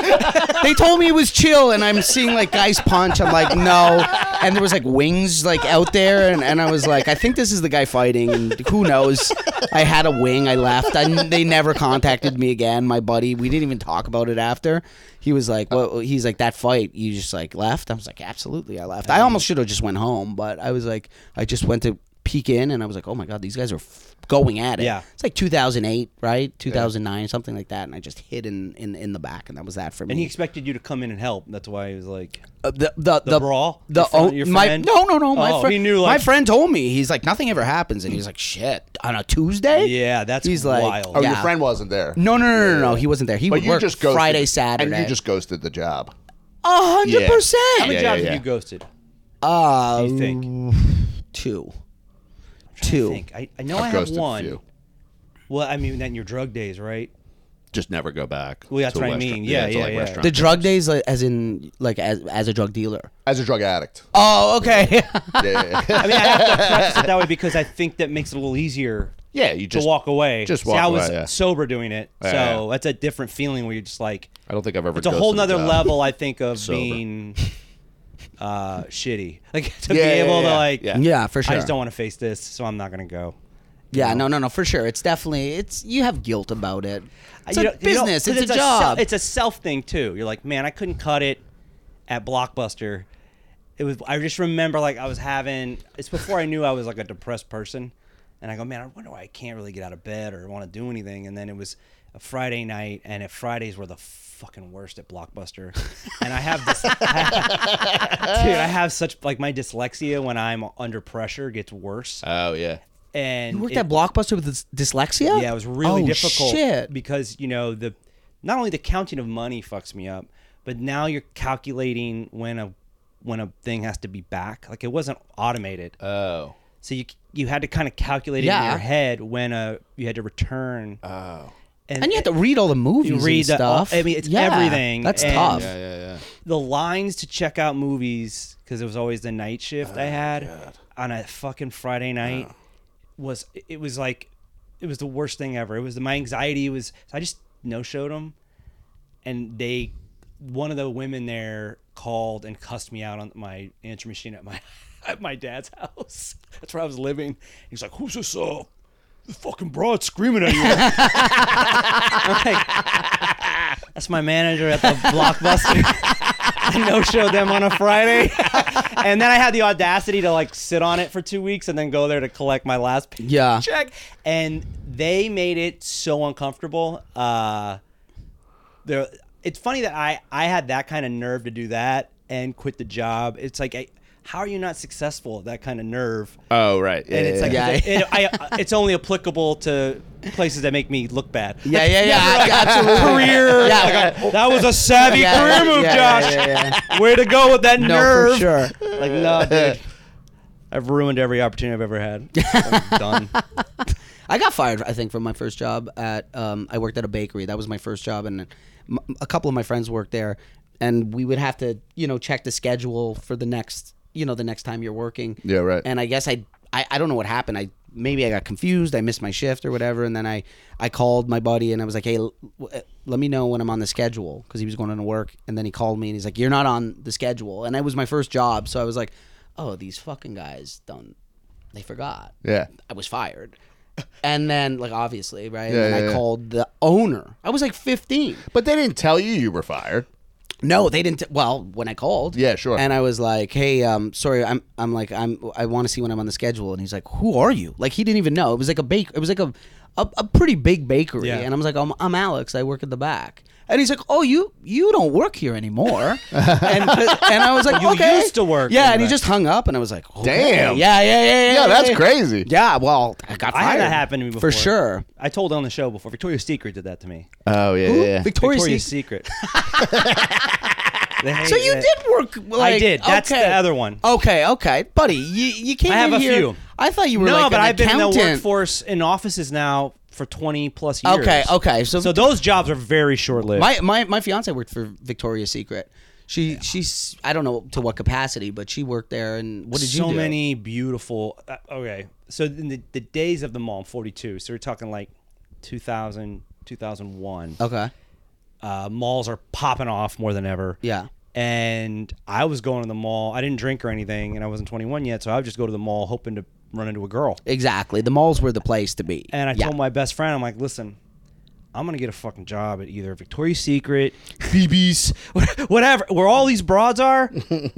D: They told me it was chill, and I'm seeing like guys punch. I'm like, no. And there was like wings like out there, and, and I was like, I think this is the guy fighting, and who knows? I had a wing. I left. I, they never contacted me again. My buddy, we didn't even talk about it after. He was like, "Well, he's like that fight. You just like left." I was like, "Absolutely, I left." I almost should have just went home, but I was like, I just went to peek in, and I was like, "Oh my god, these guys are f- going at it."
A: Yeah.
D: it's like 2008, right? 2009, something like that. And I just hid in in, in the back, and that was that for me.
A: and he expected you to come in and help. That's why he was like,
D: Uh, the the the,
A: brawl?
D: The
A: Your friend-
D: oh,
A: your
D: my
A: friend?
D: no no no my
A: Oh,
D: friend
A: he knew,
D: my
A: like-
D: friend told me he's like nothing ever happens and he's like shit on a Tuesday
A: "Yeah, that's
D: he's like
A: wild."
B: Oh,
D: yeah.
B: your friend wasn't there.
D: no no no no no he wasn't there he
B: but
D: would
B: you
D: work
B: just ghosted,
D: Friday Saturday
B: and you just ghosted the job.
D: a hundred
A: How many
B: Yeah. Yeah,
D: percent
A: jobs
B: yeah,
A: have
B: yeah.
A: you ghosted?
D: uh
A: Do you think?
D: two
A: I,
D: two
A: think. I, I know i
B: I've
A: have
B: ghosted a
A: one.
B: few.
A: Well, I mean, then your drug days, right?
B: Just never go back.
A: Well, that's
B: to a
A: what I
B: restaurant-
A: mean. Yeah,
B: to,
A: yeah,
B: like,
A: yeah.
B: restaurant
D: the
B: days.
D: drug days like, as in like as as a drug dealer
B: as a drug addict.
D: oh okay
B: Yeah, yeah, yeah.
A: I mean, I have to preface it that way because I think that makes it a little easier
B: Yeah, you just
A: to walk away.
B: Just
A: See,
B: walk
A: I was
B: away, yeah.
A: sober doing it,
B: Yeah,
A: so
B: yeah.
A: that's a different feeling where you're just like,
B: I don't think I've ever.
A: it's a whole
B: ghosted
A: nother
B: job.
A: level. I think of
B: Sober.
A: being uh, shitty, like to
B: Yeah,
A: be
B: yeah,
A: able to
B: yeah,
A: like,
B: yeah.
D: yeah Uh, for sure
A: I just don't want to face this, so I'm not gonna go.
D: yeah no no no for sure it's definitely it's you have guilt about it it's
A: You
D: a
A: don't- you don't-
D: business
A: 'cause
D: it's, a job
A: sel- it's a self thing too. You're like, man, I couldn't cut it at Blockbuster. It was. I just remember like I was having. It's before I knew I was like a depressed person, and I go, man, I wonder why I can't really get out of bed or want to do anything. And then it was a Friday night, and if Fridays were the fucking worst at Blockbuster, and I have this. dude, I have such like my dyslexia when I'm under pressure gets worse,
B: Oh yeah.
A: and
D: You worked
A: it-
D: at Blockbuster with dys- dyslexia?
A: yeah, it was really
D: oh,
A: difficult
D: Shit.
A: because you know the not only the counting of money fucks me up, but now you're calculating when a when a thing has to be back. Like it wasn't automated, Uh,
B: Oh.
A: so you you had to kind of calculate it in
D: Yeah.
A: your head when a you had to return. Oh,
D: And you had to read all the movies
A: You read
D: and
A: the-
D: stuff.
A: I mean, it's
D: Yeah,
A: everything,
D: That's
A: and-
D: tough.
A: Yeah,
B: Yeah, yeah.
A: the lines to check out movies because it was always the night shift I had on a fucking Friday night was it was like it was the worst thing ever. It was my anxiety was I just no showed them, and they one of the women there called and cussed me out on my answer machine at my at my dad's house. That's where I was living. He's like, "Who's this uh, this fucking broad screaming at you?" I'm like, That's my manager at the Blockbuster. to no show them on a Friday. and then I had the audacity to like sit on it for two weeks and then go there to collect my last
D: Yeah.
A: check. And they made it so uncomfortable. Uh, there it's funny that I I had that kind of nerve to do that and quit the job. It's like I, how are you not successful at that kind of nerve?
B: Oh right,
A: and it's like
D: yeah,
A: it- it- I, it's only applicable to places that make me look bad.
D: Yeah, yeah, yeah. Absolutely.
A: Career.
D: Yeah.
A: like, that was a savvy
D: Yeah,
A: career move,
D: yeah, yeah,
A: Josh.
D: yeah,
A: Way to go with that
D: No,
A: nerve.
D: for sure.
A: Like, no, dude. I've ruined every opportunity I've ever had. I'm done.
D: I got fired, I think, from my first job at. Um, I worked at a bakery. That was my first job, and m- a couple of my friends worked there. And we would have to, you know, check the schedule for the next, you know, the next time you're working.
B: Yeah, right.
D: And I guess I, I, I don't know what happened. I maybe I got confused. I missed my shift or whatever. And then I, I called my buddy and I was like, hey, l- w- uh, let me know when I'm on the schedule because he was going to work. And then he called me and he's like, you're not on the schedule. And that was my first job, so I was like, oh, these fucking guys don't, they forgot.
B: yeah.
D: I was fired. And then, like, obviously, right?
B: Yeah,
D: and then
B: yeah,
D: I
B: yeah.
D: called the owner. I was like 15.
B: But they didn't tell you you were fired.
D: No, they didn't. well, when I called,
B: Yeah, sure.
D: And I was like, "Hey, um, sorry, I'm, I'm like, I'm, I want to see when I'm on the schedule." And he's like, "Who are you?" Like, he didn't even know. It was like a bake. It was like a, a, a pretty big bakery.
A: Yeah.
D: And I was like, I'm, "I'm Alex. I work at the back." And he's like, "Oh, you, you don't work here anymore." and, uh, and I was like,
A: You
D: "Okay."
A: used to work in
D: Yeah,
A: the
D: and he
A: back.
D: just hung up, and I was like, okay.
B: Damn.
D: yeah, yeah, yeah, yeah."
B: Yeah, that's
D: yeah.
B: crazy.
D: Yeah, well, I got
A: I
D: fired.
A: had that happen to me before.
D: for sure.
A: I told on the show before. Victoria's Secret did that to me.
B: Oh yeah, yeah.
D: Victoria's,
A: Victoria's
D: Secret.
A: Secret.
D: So you did work. Like,
A: I did. That's
D: okay.
A: the other one.
D: Okay, okay, buddy. You you came
A: I have
D: in
A: a
D: here.
A: few.
D: I thought you were
A: No,
D: like
A: but
D: an
A: I've been in
D: accountant.
A: the workforce in offices now for 20 plus years.
D: Okay, okay. So,
A: So those jobs are very short lived.
D: my my my fiance worked for Victoria's Secret. She she's I don't know to what capacity, but she worked there. And what did you
A: so
D: do?
A: many beautiful. Uh, okay, so in the, the days of the mall, I'm 42. So we're talking like 2000, 2001.
D: Okay.
A: Uh, malls are popping off more than ever.
D: Yeah.
A: And I was going to the mall. I didn't drink or anything, and I wasn't 21 yet, so I would just go to the mall hoping to run into a girl.
D: Exactly. The malls were the place to be.
A: And I
D: yeah.
A: told my best friend, I'm like, listen, I'm gonna get a fucking job at either Victoria's Secret, BB's, whatever, where all these broads are.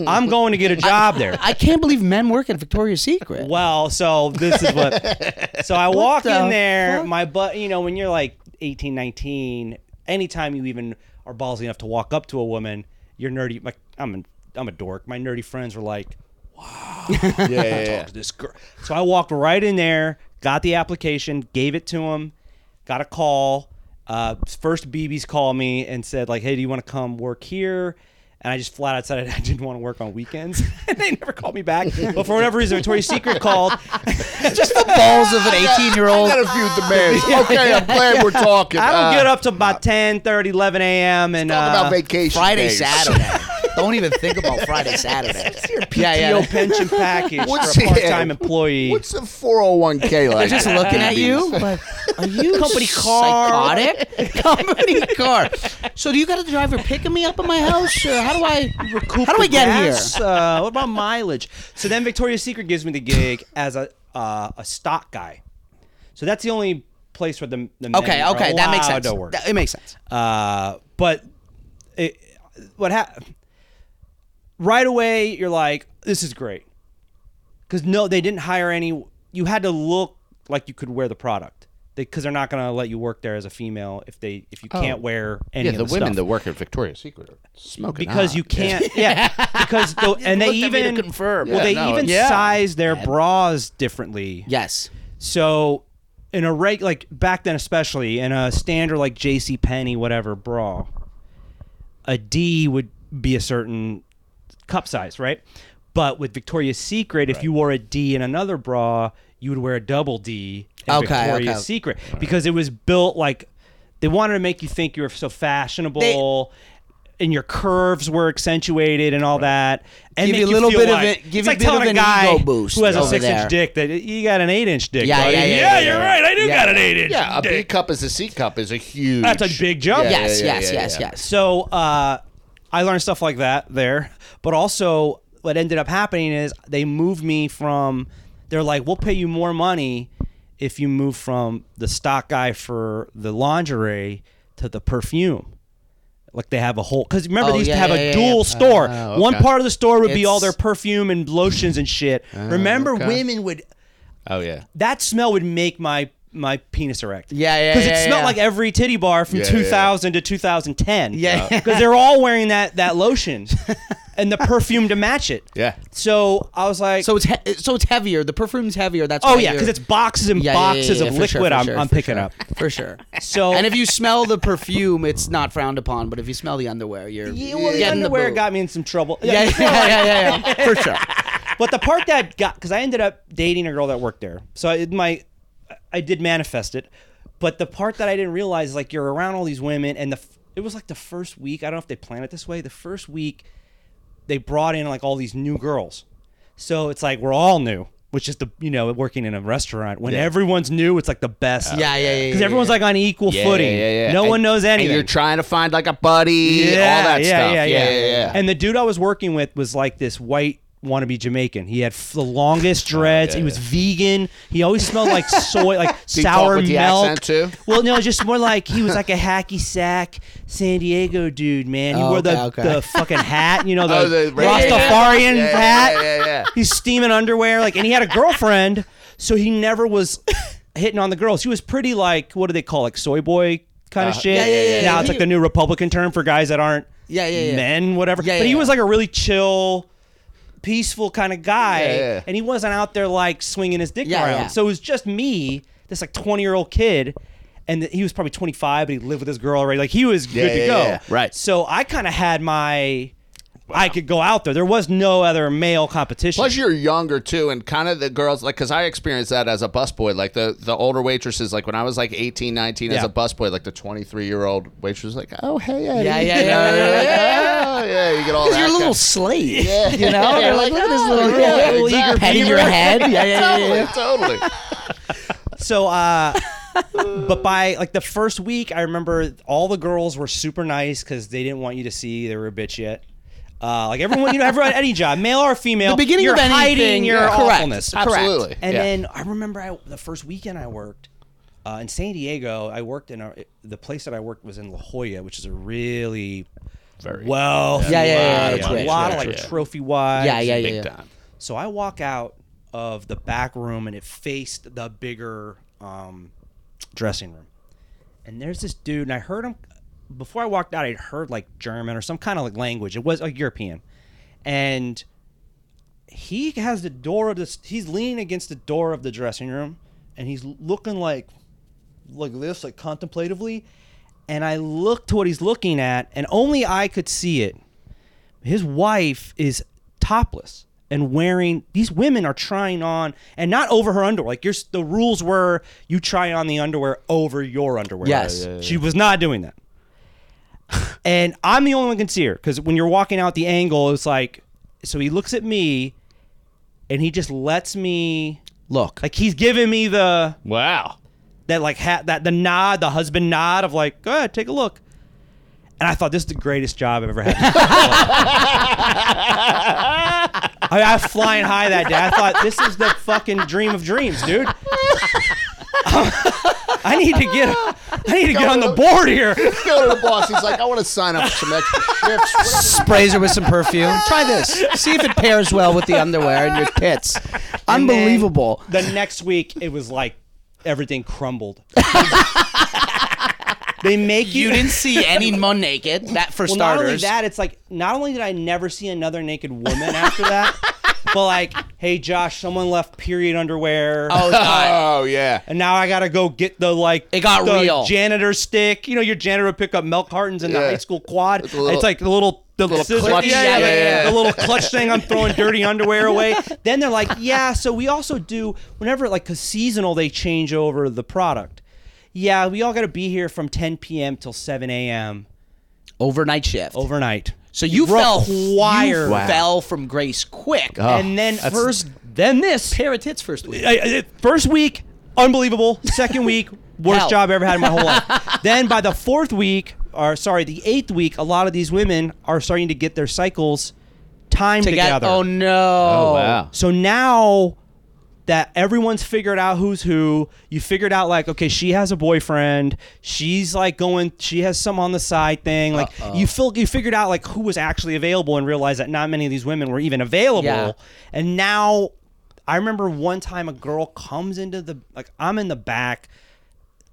A: I'm going to get a job there.
D: I can't believe men work at Victoria's Secret.
A: Well, so this is what. so I walked
D: the
A: in there.
D: fuck?
A: My butt, you know, when you're like 18, 19, anytime you even are ballsy enough to walk up to a woman, you're nerdy. Like I'm, an, I'm a dork. My nerdy friends were like,
B: yeah, yeah, yeah.
A: talk to this girl. So I walked right in there, got the application, gave it to him, got a call. Uh, first, BB's called me and said, like, hey, do you want to come work here? And I just flat out said I didn't want to work on weekends. and they never called me back. But for whatever reason, Victoria's Secret called.
D: Just the balls of an eighteen-year-old.
B: I got a few demands. Okay, I'm glad we're talking.
A: I don't
B: Uh,
A: get up till about 10, 30, 11 a.m. And
B: talk about
A: uh,
B: vacation.
D: Friday,
B: days.
D: Saturday. don't even think about Friday, Saturday. yeah,
A: PTO
D: yeah.
A: pension package
B: What's
A: for a part-time
B: it-
A: employee.
B: What's the 401k like?
D: just looking at you. Like, are you
A: Company car.
D: psychotic? Company car. So do you got a driver picking me up at my house? Or how do I recoup? How do I get here?
A: gas? Uh, what about mileage? So then Victoria's Secret gives me the gig as a uh, a stock guy. So that's the only place where the, the men
D: Okay,
A: are
D: okay, that makes
A: allowed
D: sense.
A: To work.
D: That- it makes sense.
A: Uh, but it, what happened? Right away, you're like, this is great, because no, they didn't hire any. You had to look like you could wear the product because they, are not going to let you work there as a female if they if you can't wear any
B: Yeah,
A: of
B: the women
A: stuff
B: that work at Victoria's Secret are smoking
A: because
B: hot.
A: you can't. Yeah, because the, and they
D: looked at me to
A: even
D: confirm.
A: Well,
B: Yeah,
A: they
B: no,
A: even
B: yeah.
A: size their bras differently.
D: Yes.
A: So in a reg like back then especially in a standard like J.C. Penney whatever bra, a D would be a certain cup size, right? But with Victoria's Secret, if you wore a D in another bra, you would wear a double D in
D: Okay,
A: Victoria's
D: okay.
A: Secret because it was built like they wanted to make you think you were so fashionable. and your curves were accentuated and all that, and
D: Give you
A: make
D: a little
A: feel
D: bit of
A: like-
D: it-
A: it's
D: give you a
A: like
D: bit of
A: telling a
D: an
A: guy
D: ego boost
A: who has a
D: over
A: six-inch
D: there.
A: dick that you got an eight-inch dick.
D: Yeah,
A: buddy.
D: yeah, yeah, yeah,
A: you're
D: yeah.
A: right. I do
D: Yeah.
A: got an eight-inch.
B: Yeah, a B
A: dick.
B: cup is a C cup is a huge.
A: That's a big jump.
B: Yeah,
D: yes.
B: yeah,
D: yes.
B: yeah,
D: yes.
B: yeah.
D: Yes.
A: So uh, I learned stuff like that there. But also, what ended up happening is they moved me from. They're like, we'll pay you more money if you move from the stock guy for the lingerie to the perfume. Like they have a whole because remember
D: Oh,
A: they used to
D: yeah,
A: have
D: yeah,
A: a
D: yeah,
A: dual
D: yeah.
A: store.
B: Oh,
A: One
B: okay.
A: part of the store would be all their
D: It's- Oh,
A: perfume and lotions and shit. remember,
B: okay.
A: women would
B: Oh yeah.
A: that smell would make my my penis erect.
D: Yeah, yeah,
A: Because it
D: yeah,
A: smelled
D: yeah.
A: like every titty bar from
B: Yeah, Uh, yeah, yeah.
A: 2000 to 2010.
D: Yeah. Yeah.
A: Because they're all wearing that that lotion and the perfume to match it.
B: Yeah.
A: So I was like,
D: So it's he- so it's heavier. The perfume's heavier. That's
A: oh yeah,
D: why you're-
A: because it's boxes and
D: Yeah, yeah, yeah,
A: boxes
D: yeah,
A: of
D: for
A: liquid
D: sure, for
A: I'm,
D: sure,
A: I'm
D: for
A: picking
D: sure,
A: up.
D: for sure.
A: So
D: and if you smell the perfume, it's not frowned upon. But if you smell the underwear, you're
A: yeah, well, the
D: getting
A: underwear
D: boot.
A: got me in some trouble.
D: Yeah, yeah, yeah, yeah, yeah, for sure.
A: but the part that got because I ended up dating a girl that worked there, so I, my I did manifest it. But the part that I didn't realize, is, like you're around all these women, and the f- it was like the first week. I don't know if they planned it this way. The first week, they brought in like all these new girls, so it's like we're all new. Which is the you know working in a restaurant when everyone's new, it's like the best.
D: Yeah, yeah, yeah,
A: Because
D: yeah,
A: everyone's
D: yeah.
A: like on equal
B: Yeah,
A: footing.
B: yeah, yeah.
A: No
B: And-
A: one knows
B: and
A: anything
B: you're trying to find like a buddy, all that stuff.
A: and the dude I was working with was like this white wannabe Jamaican. He had f- the longest dreads.
B: Oh, yeah,
A: he was vegan. He always smelled like soy, like
B: he
A: sour
B: talk with the
A: milk.
B: accent, too?
A: Well, no, just more like he was like a hacky sack San Diego dude, man. He
D: Oh,
A: wore the,
D: okay, okay.
A: the fucking hat, you know, the,
B: Oh, the-
A: Rastafarian
B: Yeah, yeah,
A: hat.
B: yeah, yeah, yeah.
A: He's steaming underwear, like, and he had a girlfriend, so he never was hitting on the girls. He was pretty like, what do they call like soy boy kind of shit.
D: Uh, yeah, yeah, yeah,
A: now
D: yeah.
A: it's like the new Republican term for guys that aren't
D: Yeah, yeah, yeah.
A: men, whatever.
D: Yeah,
A: but he
D: yeah,
A: was
D: yeah.
A: like a really chill, peaceful kind of guy,
B: Yeah, yeah.
A: and he wasn't out there like swinging his dick
D: Yeah,
A: around.
D: yeah.
A: So it was just me, this like twenty year old kid. And he was probably 25, but he lived with his girl already. Like he was good
B: Yeah,
A: to
B: yeah,
A: go.
B: yeah. Right.
A: So I kind of had my, I could go out there. There was no other male competition.
B: Plus, you're younger too, and kind of the girls like because I experienced that as a busboy. Like the the older waitresses, like when I was like 18, 19 as
A: Yeah.
B: a busboy, like the 23 year old waitress, was like, oh hey, Eddie."
D: Yeah, yeah,
B: You
D: yeah,
B: know,
D: yeah,
B: you're like,
D: yeah,
B: "Oh, yeah, you get all that.
D: Because you're a
B: kind
D: little
B: of-
D: slave.
B: Yeah.
D: You know,
B: Yeah,
D: they're like, look at this
B: "Oh,
D: little,
B: yeah,
D: yeah, yeah, little
B: exactly.
D: eager petting your head. Yeah, yeah, yeah, yeah.
B: Totally, totally.
A: So, uh, but by like the first week, I remember all the girls were super nice because they didn't want you to see they were a bitch yet. Uh, like everyone, you know, everyone, any job, male or female,
D: The beginning
A: you're
D: of anything,
A: hiding your
D: yeah. Correct.
A: awfulness.
B: Absolutely.
A: And
B: yeah.
A: then I remember I, the first weekend I worked uh, in San Diego. I worked in a, the place that I worked was in La Jolla, which is a really
B: Very-
A: well,
D: Yeah, yeah,
A: lot
D: yeah, yeah,
A: of-
D: that's right,
A: a lot of
B: that's
A: like
B: right.
A: trophy wives,
D: Yeah,
A: and
D: yeah, yeah,
B: big
D: yeah.
B: time.
A: so I walk out of the back room and it faced the bigger um, dressing room. And there's this dude, and I heard him before I walked out. I'd heard like German or some kind of like language. It was like European, and he has the door of this. He's leaning against the door of the dressing room, and he's looking like like this, like contemplatively. And I look to what he's looking at, and only I could see it his wife is topless and wearing these women are trying on and not over her underwear like your the rules were you try on the underwear over your underwear
D: Yes. Yeah, yeah, yeah.
A: she was not doing that and i'm the only one who can see her because when you're walking out the angle it's like so he looks at me and he just lets me
D: Look.
A: like he's giving me the
B: Wow.
A: that like hat that the nod the husband nod of like go ahead take a look and i thought this is the greatest job i've ever had I, I was flying high that day i thought this is the fucking dream of dreams dude i need to get i need to get on the board here
B: Go to the boss. He's like, I want to sign up for some extra shifts. Whatever.
D: sprays her with some perfume. Try this. See if it pairs well with the underwear and your tits.
A: And then
D: Unbelievable.
A: the next week, it was like everything crumbled. they make you.
E: You didn't see any anyone naked. That for
A: well,
E: starters.
A: not only that, it's like not only did I never see another naked woman after that, but like, hey Josh, someone left period underwear.
E: Oh god.
B: Oh yeah.
A: And now I gotta go get the like
E: It got
A: the
E: real.
A: janitor stick. You know, your janitor would pick up milk cartons in the
B: Yeah.
A: high school quad.
B: It's
A: It's,
B: a little-
A: like the little the
B: little
A: scissors-
B: clutch.
A: yeah,
E: Yeah,
A: yeah,
E: yeah,
A: yeah,
B: yeah.
A: the little clutch thing. I'm throwing dirty underwear away. Then they're like, yeah. So we also do whenever like cause seasonal they change over the product. Yeah, we all gotta be here from 10 p.m. till 7 a.m.
D: Overnight shift.
A: overnight.
E: So you fell
A: required.
E: you fell from grace quick.
A: and then first, then this.
D: Pair of tits first week.
A: I- I- first week, unbelievable. Second week, worst
D: Hell.
A: job I ever had in my whole life. then by the fourth week, or sorry, the eighth week, a lot of these women are starting to get their cycles timed
D: To get-
A: together.
D: oh no.
B: Oh wow.
A: So now that everyone's figured out who's who. You figured out like, okay, she has a boyfriend. She's like going. She has some on the side thing. Like you feel you figured out like who was actually available and realized that not many of these women were even available.
E: Yeah.
A: And now, I remember one time a girl comes into the like I'm in the back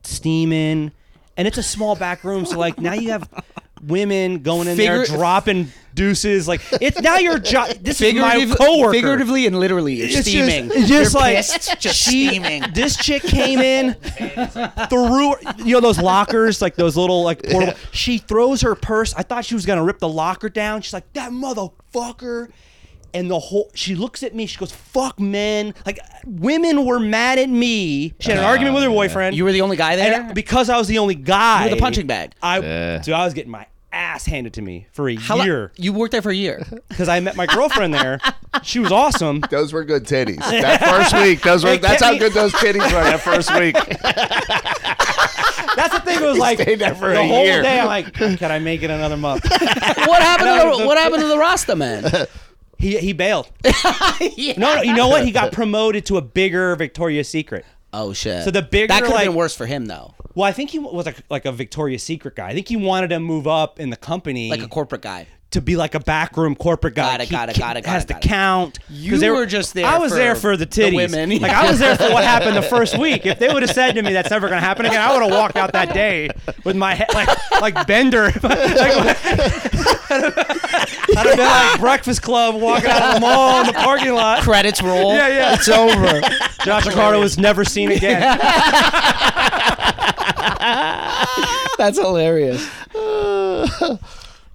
A: steaming, and it's a small back room. So like now you have women going in there
D: Figure-
A: dropping deuces. Like it's now your job. This is my
D: Figurative-
A: coworker.
D: figuratively and literally, you're
A: It's
D: steaming.
A: Just, it's just
E: You're
A: like
E: pissed, just
A: she,
E: steaming.
A: This chick came in, threw you know those lockers, like those little like portable. She throws her purse. I thought she was gonna rip the locker down. She's like that motherfucker. And the whole, she looks at me. She goes, "Fuck men!" Like women were mad at me. She had an argument with her boyfriend.
E: Oh, You were the only guy there.
A: And because I was the only guy,
E: You were the punching bag.
A: I
B: Yeah.
A: so I was getting my ass handed to me for a
E: How lo-
A: year
E: You worked there for a year.
A: because I met my girlfriend there. She was awesome.
B: Those were good titties. That first week, those were.
A: It
B: That's
A: kept
B: how
A: me-
B: good those titties were. That first week.
A: That's the thing. It was like
B: stayed there for
A: the
B: a
A: whole
B: year.
A: day. I'm like, can I make it another month?
E: what happened to the What happened to the Rasta man?
A: he he bailed. No, no, you know what? He got promoted to a bigger Victoria's Secret.
E: Oh shit.
A: So the bigger,
E: that could have
A: like-
E: been worse for him though.
A: Well, I think he was like, like a Victoria's Secret guy. I think he wanted to move up in the company,
E: Like a corporate guy.
A: to be like a backroom corporate guy.
E: Got it,
A: He
E: got it,
A: ca-
E: got it, got
A: Has
E: it,
A: to
E: got it.
A: count. 'Cause
E: You
A: they
E: were just there
A: I was
E: for
A: there for the
E: the
A: titties.
E: women.
A: Like I was there for what happened the first week. If they would have said to me that's never gonna happen again, I would have walked out that day with my head like like Bender. like, I'd have been like Breakfast Club walking out of the mall in the parking lot.
E: Credits roll.
A: Yeah, yeah. It's over. Josh Ricardo was never seen again.
D: That's hilarious.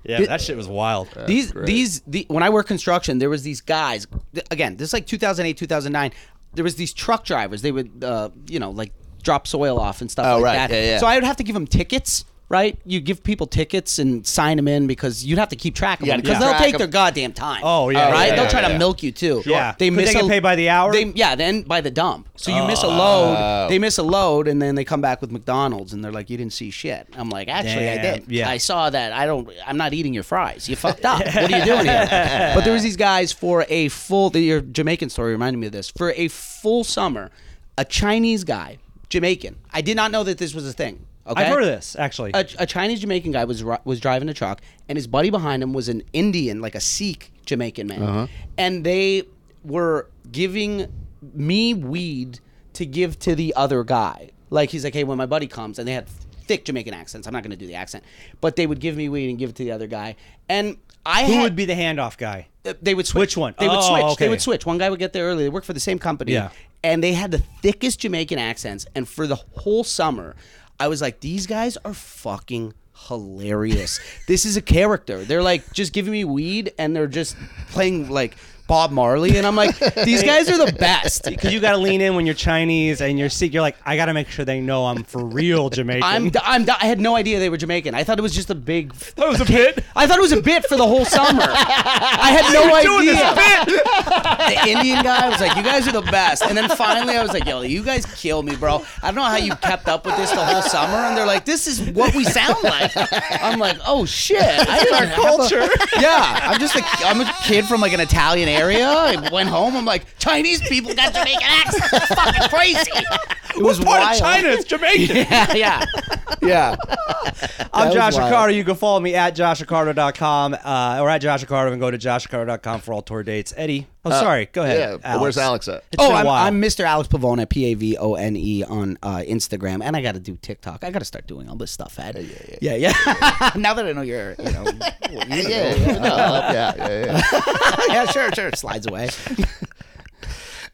A: Yeah, that shit was wild.
D: these these the, when I worked construction, there was these guys. th- Again, this is like 2008, 2009. There was these truck drivers. They would, uh, you know, like drop soil off and stuff like
B: Oh, right.
D: that.
B: Yeah, yeah.
D: So I would have to give them tickets. Right, you give people tickets and sign them in because you'd have to keep track of
B: Yeah,
D: them because
B: keep
D: they'll
B: track
D: take
B: of-
D: their goddamn time.
A: Oh, yeah,
D: right.
A: yeah,
D: they'll
A: yeah,
D: try
B: yeah.
D: to milk you too.
A: Yeah.
D: They
A: 'Cause
D: miss
A: they get
D: a-
A: paid by the hour?
D: They, yeah, then by the dump. So you
B: Oh.
D: miss a load. They miss a load, and then they come back with McDonald's, and they're like, "You didn't see shit." I'm like, "Actually, I
A: Damn,
D: did.
A: yeah.
D: I saw that. I don't. I'm not eating your fries. You fucked up. what are you doing here?" But there was these guys for a full. the- Your Jamaican story reminded me of this. For a full summer, a Chinese guy, Jamaican. I did not know that this was a thing. Okay?
A: I've heard of this actually.
D: a, a Chinese Jamaican guy was ri- was driving a truck, and his buddy behind him was an Indian, like a Sikh Jamaican man,
A: Uh-huh.
D: and they were giving me weed to give to the other guy. Like he's like, hey, when my buddy comes, and they had thick Jamaican accents. I'm not going to do the accent, but they would give me weed and give it to the other guy, and I
A: Who
D: had,
A: would be the handoff guy?
D: th- they would switch.
A: Which one?
D: They would
A: Oh,
D: switch.
A: okay.
D: They would switch. One guy would get there early. They worked for the same company.
A: Yeah.
D: And they had the thickest Jamaican accents. And for the whole summer, I was like, these guys are fucking hilarious. this is a character. They're like just giving me weed and they're just playing like Bob Marley. And I'm like, these guys are the best.
A: Because you got to lean in when you're Chinese and you're Sikh. You're like, I got to make sure they know I'm for real Jamaican.
D: I'm, I'm, I had no idea they were Jamaican. I thought it was just a big.
A: that was a bit.
D: I thought it was a bit for the whole summer. I had no idea. the Indian guy was like, "You guys are the best." And then finally, I was like, "Yo, you guys kill me, bro. I don't know how you kept up with this the whole summer." And they're like, "This is what we sound like." I'm like, "Oh shit, I didn't our culture." yeah, I'm just a, I'm a kid from like an Italian area. I went home. I'm like, Chinese people got Jamaican accents. It's fucking crazy. It was
A: Part
D: wild.
A: of China is Jamaican.
D: Yeah, yeah.
B: yeah.
A: I'm
D: was
A: Josh
D: wild.
A: Ricardo. You can follow me at joshricardo.com uh, or at joshricardo and go to joshricardo.com for all tour dates. Eddie, oh, sorry. Go
B: Uh, Yeah.
A: ahead.
B: but Where's Alex at?
A: It's
D: Oh,
A: been a
D: I'm,
A: while.
D: I'm Mr. Alex Pavone, P A V O N E, on uh, Instagram, and I got to do TikTok. I got to start doing all this stuff, Ed. Yeah, yeah. now that I know you're, you know, what you
B: Yeah.
D: do.
B: Yeah. no, yeah. Yeah. yeah.
D: yeah, sure, sure, it slides away.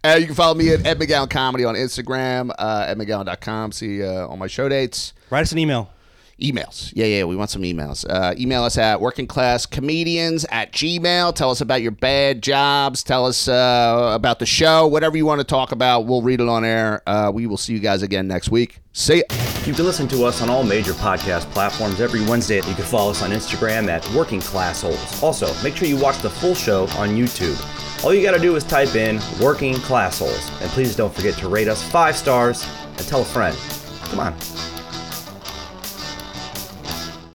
B: Uh, you can follow me at Ed McGowan Comedy on Instagram, uh, edmcgowan.com. See uh, all my show dates.
A: Write us an email.
B: Emails. Yeah, yeah, we want some emails. Uh, email us at workingclasscomedians at gmail. Tell us about your bad jobs. Tell us uh, about the show. Whatever you want to talk about, we'll read it on air. Uh, we will see you guys again next week. See ya.
F: You can listen to us on all major podcast platforms every Wednesday. You can follow us on Instagram at Working Class Holes. Also, make sure you watch the full show on YouTube. All you got to do is type in Working Class Holes. And please don't forget to rate us five stars and tell a friend. Come on.